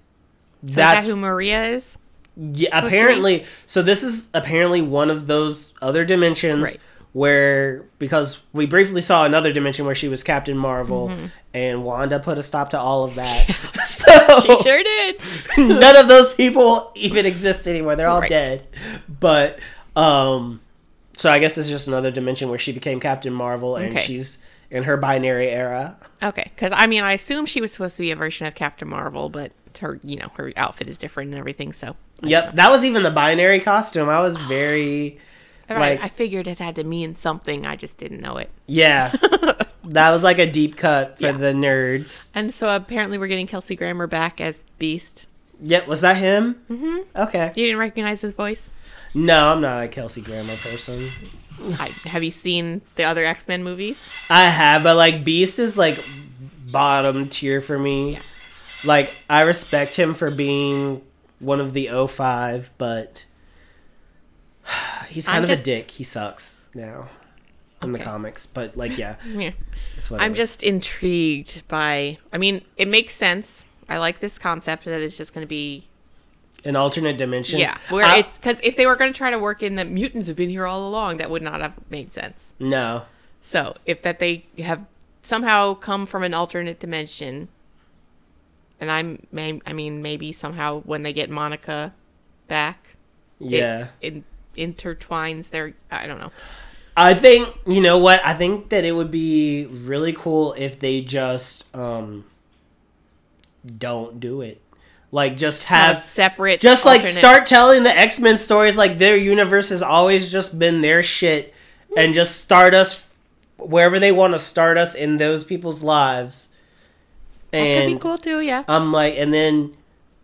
S1: that's
S2: is that who Maria is?
S1: yeah, apparently. So this is apparently one of those other dimensions
S2: Right.
S1: where because we briefly saw another dimension where she was Captain Marvel and Wanda put a stop to all of that.
S2: Mm-hmm. She
S1: so
S2: sure did.
S1: none of those people even exist anymore. They're all
S2: Right.
S1: dead. But um so I guess it's just another dimension where she became Captain Marvel and
S2: Okay.
S1: she's in her binary era.
S2: Okay, because I mean, I assume she was supposed to be a version of Captain Marvel, but her, you know, her outfit is different and everything. So
S1: Yep, that was even the binary costume. I was very
S2: Right.
S1: Like-
S2: I figured it had to mean something. I just didn't know it.
S1: Yeah. that was like a deep cut for the nerds.
S2: And so apparently we're getting Kelsey Grammer back as Beast.
S1: Yeah, was that him? Mm-hmm. Okay.
S2: You didn't recognize his voice?
S1: No, I'm not a Kelsey Grammer person.
S2: I, have you seen the other X Men movies?
S1: I have, but like Beast is like bottom tier for me.
S2: Yeah.
S1: Like I respect him for being one of the 05, but he's
S2: I'm
S1: kind of
S2: just-
S1: a dick. He sucks now in the
S2: Okay.
S1: comics, but like yeah,
S2: Yeah.
S1: it's what
S2: I'm just intrigued by. I mean, it makes sense. I like this concept that it's just going to be.
S1: an alternate dimension.
S2: Yeah. Where
S1: I-
S2: it's because if they were going to try to work in that mutants have been here all along, that would not have made sense.
S1: no.
S2: So if that they have somehow come from an alternate dimension, and I'm, may, I mean, maybe somehow when they get Monica back, it-
S1: Yeah.
S2: it, intertwines their. I don't know.
S1: I think you know what I think that it would be really cool if they just um don't do it. Like just
S2: Have
S1: have
S2: separate.
S1: just like
S2: alternate-
S1: start telling the X-Men stories like their universe has always just been their shit and just start us wherever they want to start us in those people's lives.
S2: That
S1: And
S2: could be cool too. Yeah.
S1: I'm like and then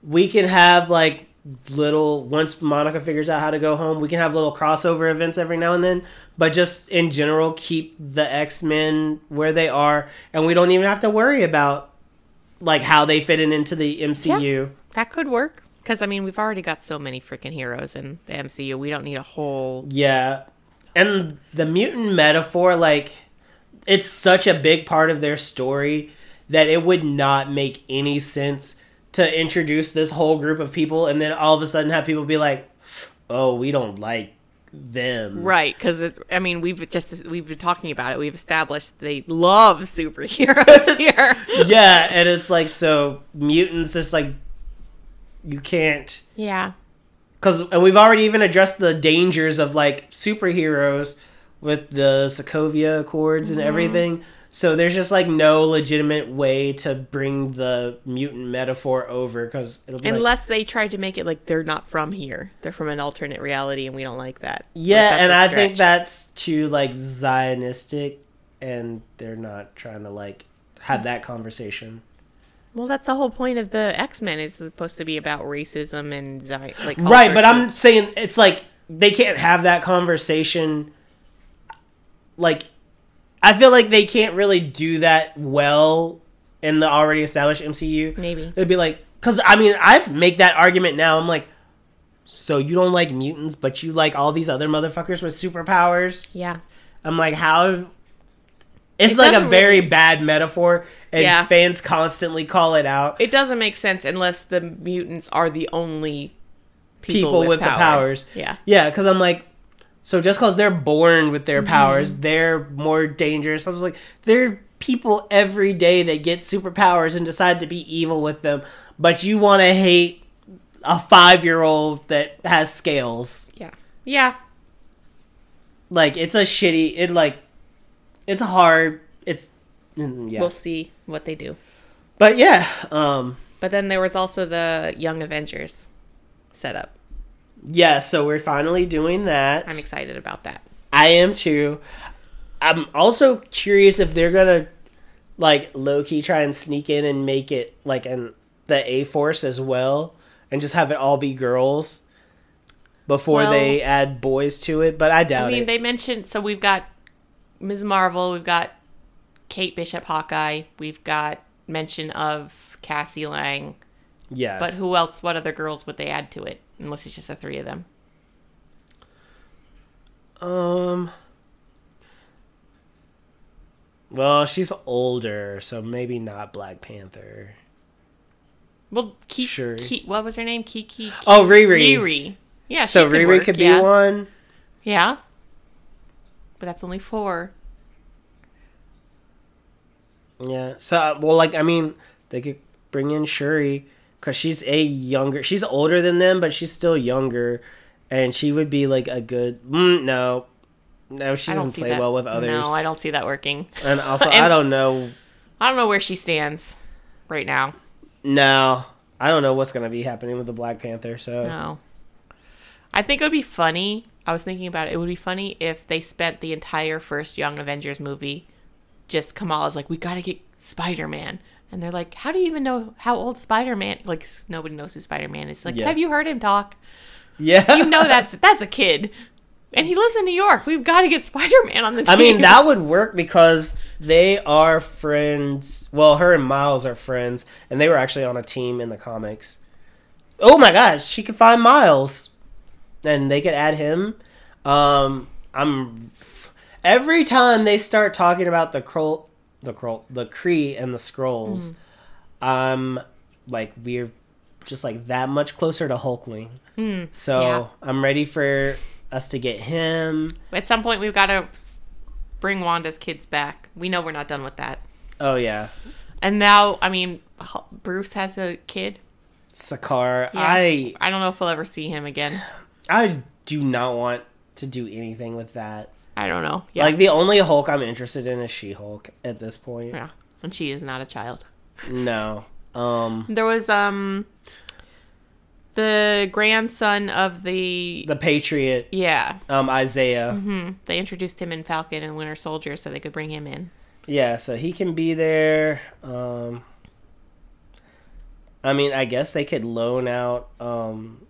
S1: we can have like little once Monica figures out how to go home, we can have little crossover events every now and then, but just in general keep the X-Men where they are and we don't even have to worry about like how they fit in into the MCU.
S2: That could work. Because, I mean, we've already got so many freaking heroes in the MCU. We don't need a whole.
S1: Yeah. And the mutant metaphor, like, it's such a big part of their story that it would not make any sense to introduce this whole group of people and then all of a sudden have people be like, oh, we don't like them.
S2: Right. Because, I mean, we've just. We've been talking about it. We've established they love superheroes here.
S1: Yeah. And it's like, so mutants, it's like, you can't.
S2: yeah.
S1: Cause, and we've already even addressed the dangers of like superheroes with the Sokovia Accords
S2: Mm-hmm.
S1: and everything. So there's just like no legitimate way to bring the mutant metaphor over because it'll be like-
S2: Unless they tried to make it like they're not from here. They're from an alternate reality, and we don't like that. But
S1: yeah,
S2: that's
S1: and
S2: a
S1: I think
S2: stretch.
S1: that's too like Zionistic, and they're not trying to like have that conversation.
S2: Well, that's the whole point of the X Men is supposed to be about racism and. Zi- like all
S1: right but
S2: sorts
S1: i'm saying it's like they can't have that conversation like i feel like they can't really do that well in the already established mcu
S2: of- Maybe.
S1: it'd be like because i mean i make that argument now i'm like so you don't like mutants but you like all these other motherfuckers with superpowers
S2: Yeah.
S1: i'm like how it's
S2: It
S1: like a
S2: doesn't
S1: very
S2: really-
S1: bad metaphor and
S2: Yeah.
S1: fans constantly call it out
S2: It doesn't make sense unless the mutants are the only
S1: people, with, the powers.
S2: Yeah.
S1: Yeah, because I'm like, so just because they're born with their powers, they're more dangerous. I was like, there are people every day that get superpowers and decide to be evil with them, but you want to hate a five year old that has scales.
S2: Yeah. Yeah.
S1: Like, it's a shitty, it like, it's hard. It's, mm, yeah.
S2: We'll see what they do.
S1: but yeah, um,
S2: But then there was also the Young Avengers setup.
S1: yeah, so we're finally doing that.
S2: I'm excited about that.
S1: I am too. I'm also curious if they're gonna like low key try and sneak in and make it like an the A Force as well, and just have it all be girls before
S2: Well-
S1: they add boys to it. But I doubt
S2: I mean,
S1: it.
S2: they mentioned so we've got Ms. Marvel, we've got Kate Bishop Hawkeye, we've got mention of Cassie Lang.
S1: yes,
S2: But who else? What other girls would they add to it? Unless it's just the three of them.
S1: Um. Well, she's older, so maybe not Black Panther.
S2: Well, Ki-
S1: Sure.
S2: Ki- what was her name? Kiki. Ki-
S1: Oh, Riri.
S2: Riri. Yeah. she
S1: So Riri
S2: work,
S1: could be
S2: yeah.
S1: one.
S2: Yeah. But that's only four.
S1: Yeah. So, uh, well, like, I mean, they could bring in Shuri because she's a younger, she's older than them, but she's still younger, and she would be like a good. Mm, no, no, she
S2: I don't
S1: doesn't
S2: see
S1: play
S2: that.
S1: well with others,
S2: No, I don't see that working.
S1: and also I
S2: and-
S1: don't know.
S2: I don't know where she stands right now.
S1: No, I don't know what's gonna be happening with the Black Panther. So
S2: No. I think it would be funny. I was thinking about it. It would be funny if they spent the entire first Young Avengers movie just Kamala's like, we got to get Spider Man. And they're like, how do you even know how old Spider Man? Like, s- nobody knows who Spider Man is. Like,
S1: Yeah.
S2: have you heard him talk?
S1: Yeah.
S2: You know, that's that's a kid. And he lives in New York. We've got to get Spider Man on the team.
S1: I mean, that would work because they are friends. Well, her and Miles are friends, and they were actually on a team in the comics. Oh my gosh, she could find Miles, and they could add him. Um, I'm every time they start talking about the Kroll, the Kroll, the Kree, and the Scrolls, I'm like we're just like that much closer to Hulkling. so
S2: yeah.
S1: I'm ready for us to get him.
S2: At some point, we've got to bring Wanda's kids back. We know we're not done with that.
S1: Oh yeah.
S2: And now, I mean, H- Bruce has a kid.
S1: Sakar.
S2: Yeah.
S1: I
S2: I don't know if we'll ever see him again.
S1: I do not want to do anything with that.
S2: I don't know. Yeah.
S1: Like the only Hulk I'm interested in is She-Hulk at this point.
S2: yeah. And she is not a child.
S1: No. Um
S2: There was um the grandson of the,
S1: the Patriot,
S2: yeah.
S1: um Isaiah.
S2: Hmm. They introduced him in Falcon and Winter Soldier so they could bring him in.
S1: Yeah, so he can be there. Um I mean, I guess they could loan out um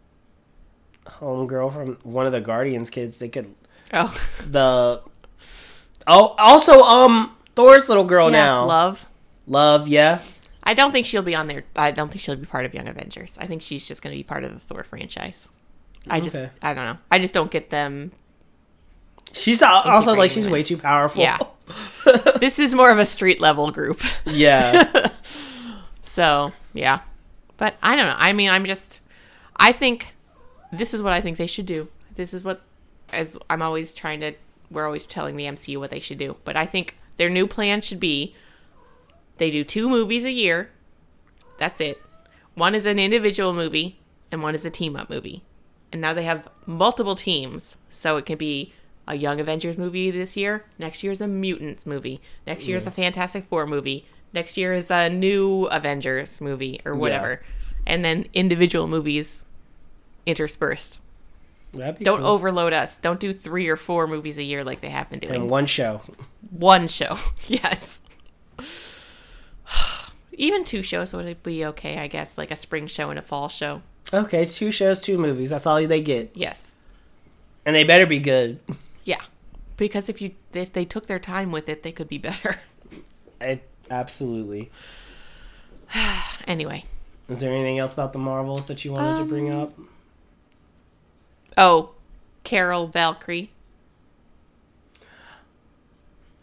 S1: homegirl from one of the Guardians kids. They could
S2: Oh,
S1: the Oh, also um Thor's little girl
S2: Oh, yeah,
S1: now.
S2: love.
S1: Love, yeah.
S2: I don't think she'll be on there. I don't think she'll be part of Young Avengers. I think she's just going to be part of the Thor franchise. I just,
S1: Okay.
S2: I don't know. I just don't get them.
S1: She's al- also like
S2: Integrating
S1: she's
S2: it.
S1: way too powerful.
S2: Yeah. This is more of a street level group.
S1: yeah.
S2: So yeah, but I don't know. I mean, I'm just. I think this is what I think they should do. This is what, as I'm always trying to. We're always telling the MCU what they should do, but I think their new plan should be. They do two movies a year. That's it. One is an individual movie, and one is a team up movie. And now they have multiple teams, so it can be a Young Avengers movie this year. Next year is a Mutants movie. Next year is a Fantastic Four movie. Next year is a new Avengers movie or whatever, and then individual movies interspersed.
S1: That'd be
S2: Don't
S1: cool.
S2: overload us. Don't do three or four movies a year like they have been doing.
S1: in one show.
S2: One show, yes. Even two shows would be okay, I guess, like a spring show and a fall show.
S1: Okay, two shows, two movies. That's all they get,
S2: Yes.
S1: and they better be good.
S2: Yeah, because if you if they took their time with it, they could be better.
S1: I, absolutely.
S2: anyway,
S1: Is there anything else about the Marvels that you wanted to
S2: Um,
S1: bring up?
S2: oh, Carol Valkyrie.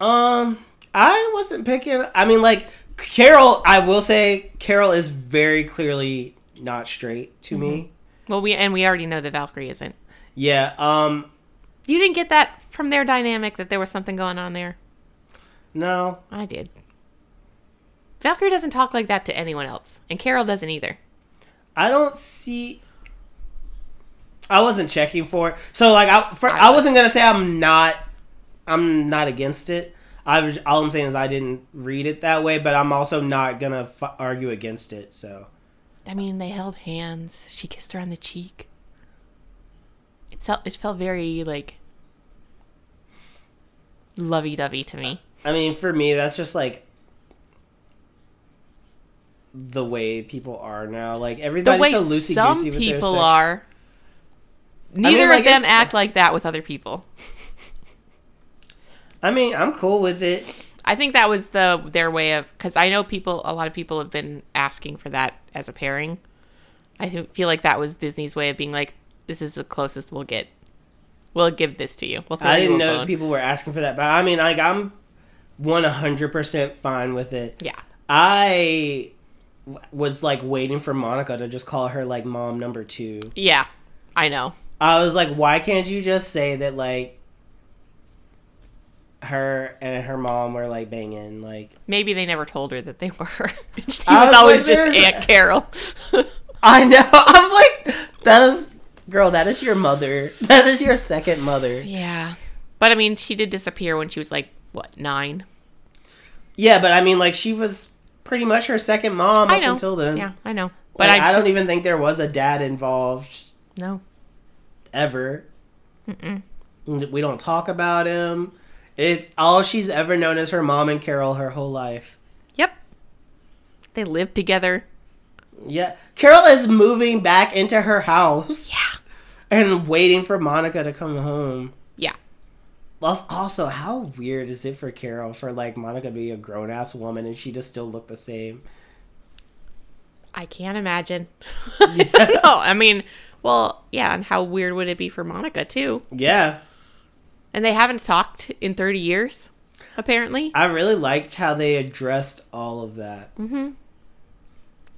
S1: Um, I wasn't picking. I mean, like Carol. I will say Carol is very clearly not straight to me.
S2: Well, we and we already know that Valkyrie isn't.
S1: Yeah. Um.
S2: You didn't get that from their dynamic that there was something going on there.
S1: No.
S2: I did. Valkyrie doesn't talk like that to anyone else, and Carol doesn't either.
S1: I don't see. I wasn't checking for it, so like I, for,
S2: I
S1: I, wasn't gonna say I'm not, I'm not against it. I've all I'm saying is I didn't read it that way, but I'm also not gonna f- argue against it. So
S2: I mean, they held hands. She kissed her on the cheek. It felt it felt very like lovey-dovey to me.
S1: I mean, for me, that's just like the way people are now. Like
S2: The way
S1: everybody's so loosey
S2: some
S1: goosey with their
S2: people
S1: sex-
S2: are. Neither
S1: like,
S2: of them
S1: it's-
S2: act like that with other people.
S1: I mean, I'm cool with it.
S2: I think that was the their way of because I know people. A lot of people have been asking for that as a pairing. I th- feel like that was Disney's way of being like, "This is the closest we'll get. We'll give this to you." We'll throw
S1: I
S2: you
S1: didn't
S2: a
S1: know
S2: bone."
S1: people were asking for that, but I mean, like I'm 100% fine with it.
S2: Yeah.
S1: I w- was like waiting for Monica to just call her like mom number two.
S2: Yeah. I know.
S1: I was like, why can't you just say that like her and her mom were like banging? Like,
S2: Maybe they never told her that they were. she was,
S1: I was like,
S2: always just
S1: "There's a-"
S2: Aunt Carol.
S1: I know. I'm like, that is, girl, that is your mother. That is your second mother.
S2: yeah. But I mean, she did disappear when she was like, what, nine?
S1: Yeah, but I mean, like, she was pretty much her second mom
S2: I
S1: up
S2: know.
S1: until then.
S2: Yeah, I know. But
S1: But
S2: I,
S1: I, don't e-
S2: just-
S1: even think there was a dad involved
S2: No.
S1: ever. We don't talk about him. It's all she's ever known is her mom and Carol her whole life.
S2: Yep. They live together.
S1: Yeah. Carol is moving back into her house
S2: Yeah.
S1: and waiting for Monica to come home.
S2: Yeah.
S1: Als- Also, how weird is it for Carol for like Monica to be a grown ass woman and she just still look the same?
S2: I can't imagine. I don't know. I mean, well, yeah, and how weird would it be for Monica too?
S1: Yeah.
S2: And they haven't talked in 30 years, apparently.
S1: I really liked how they addressed all of that.
S2: Mm.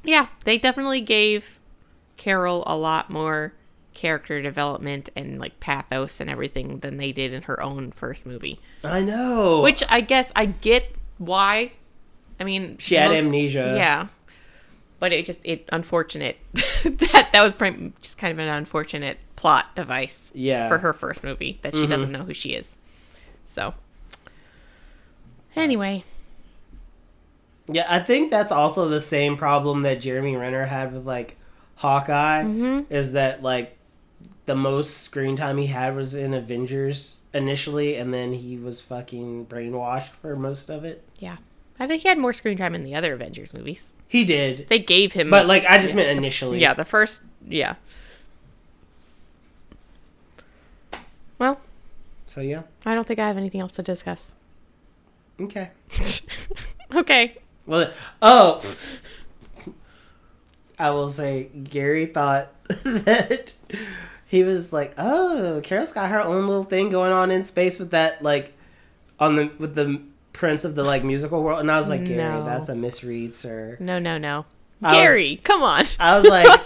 S2: Yeah, they definitely gave Carol a lot more character development and like pathos and everything than they did in her own first movie.
S1: I know.
S2: Which I guess I get why. I mean,
S1: she had
S2: most-
S1: amnesia.
S2: Yeah. But it just it unfortunate that that was prim- just kind of an unfortunate plot device
S1: Yeah. Mm-hmm.
S2: for her first movie that she doesn't know who she is. So anyway,
S1: Yeah, I think that's also the same problem that Jeremy Renner had with like Hawkeye is that like the most screen time he had was in Avengers initially and then he was fucking brainwashed for most of it.
S2: yeah. I think he had more screen time in the other Avengers movies.
S1: He did.
S2: They gave him
S1: But like I just meant initially.
S2: Yeah, the first. Yeah. Well,
S1: So yeah.
S2: I don't think I have anything else to discuss.
S1: Okay.
S2: okay.
S1: Well, oh, I will say Gary thought that he was like, "Oh, Carol's got her own little thing going on in space with that like on the with the prince of the like musical world," and I was like, "Gary,
S2: No.
S1: that's a misread, sir."
S2: No, no, no.
S1: I was-
S2: Gary, come on.
S1: I was like,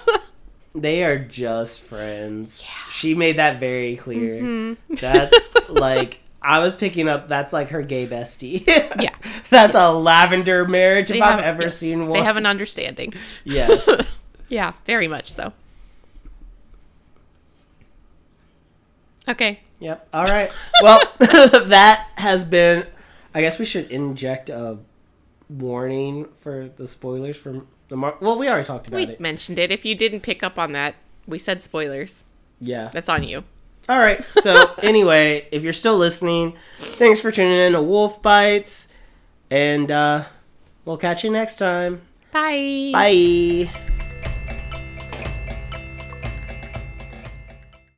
S1: "They are just friends." She made that very clear.
S2: Mm-hmm.
S1: That's like. I was picking up. That's like her gay bestie.
S2: Yeah.
S1: that's a lavender marriage if I've
S2: have-
S1: ever
S2: yes,
S1: seen one.
S2: They have an understanding.
S1: yes.
S2: Yeah, very much so. Okay.
S1: Yep. All right. Well, that has been. I guess we should inject a warning for the spoilers from the Mar- Well, we already talked about
S2: We
S1: it.
S2: mentioned it. If you didn't pick up on that, we said spoilers.
S1: Yeah.
S2: That's on you.
S1: All right. So anyway, if you're still listening, thanks for tuning in to Wolf Bites, and uh, we'll catch you next time.
S2: Bye.
S1: Bye.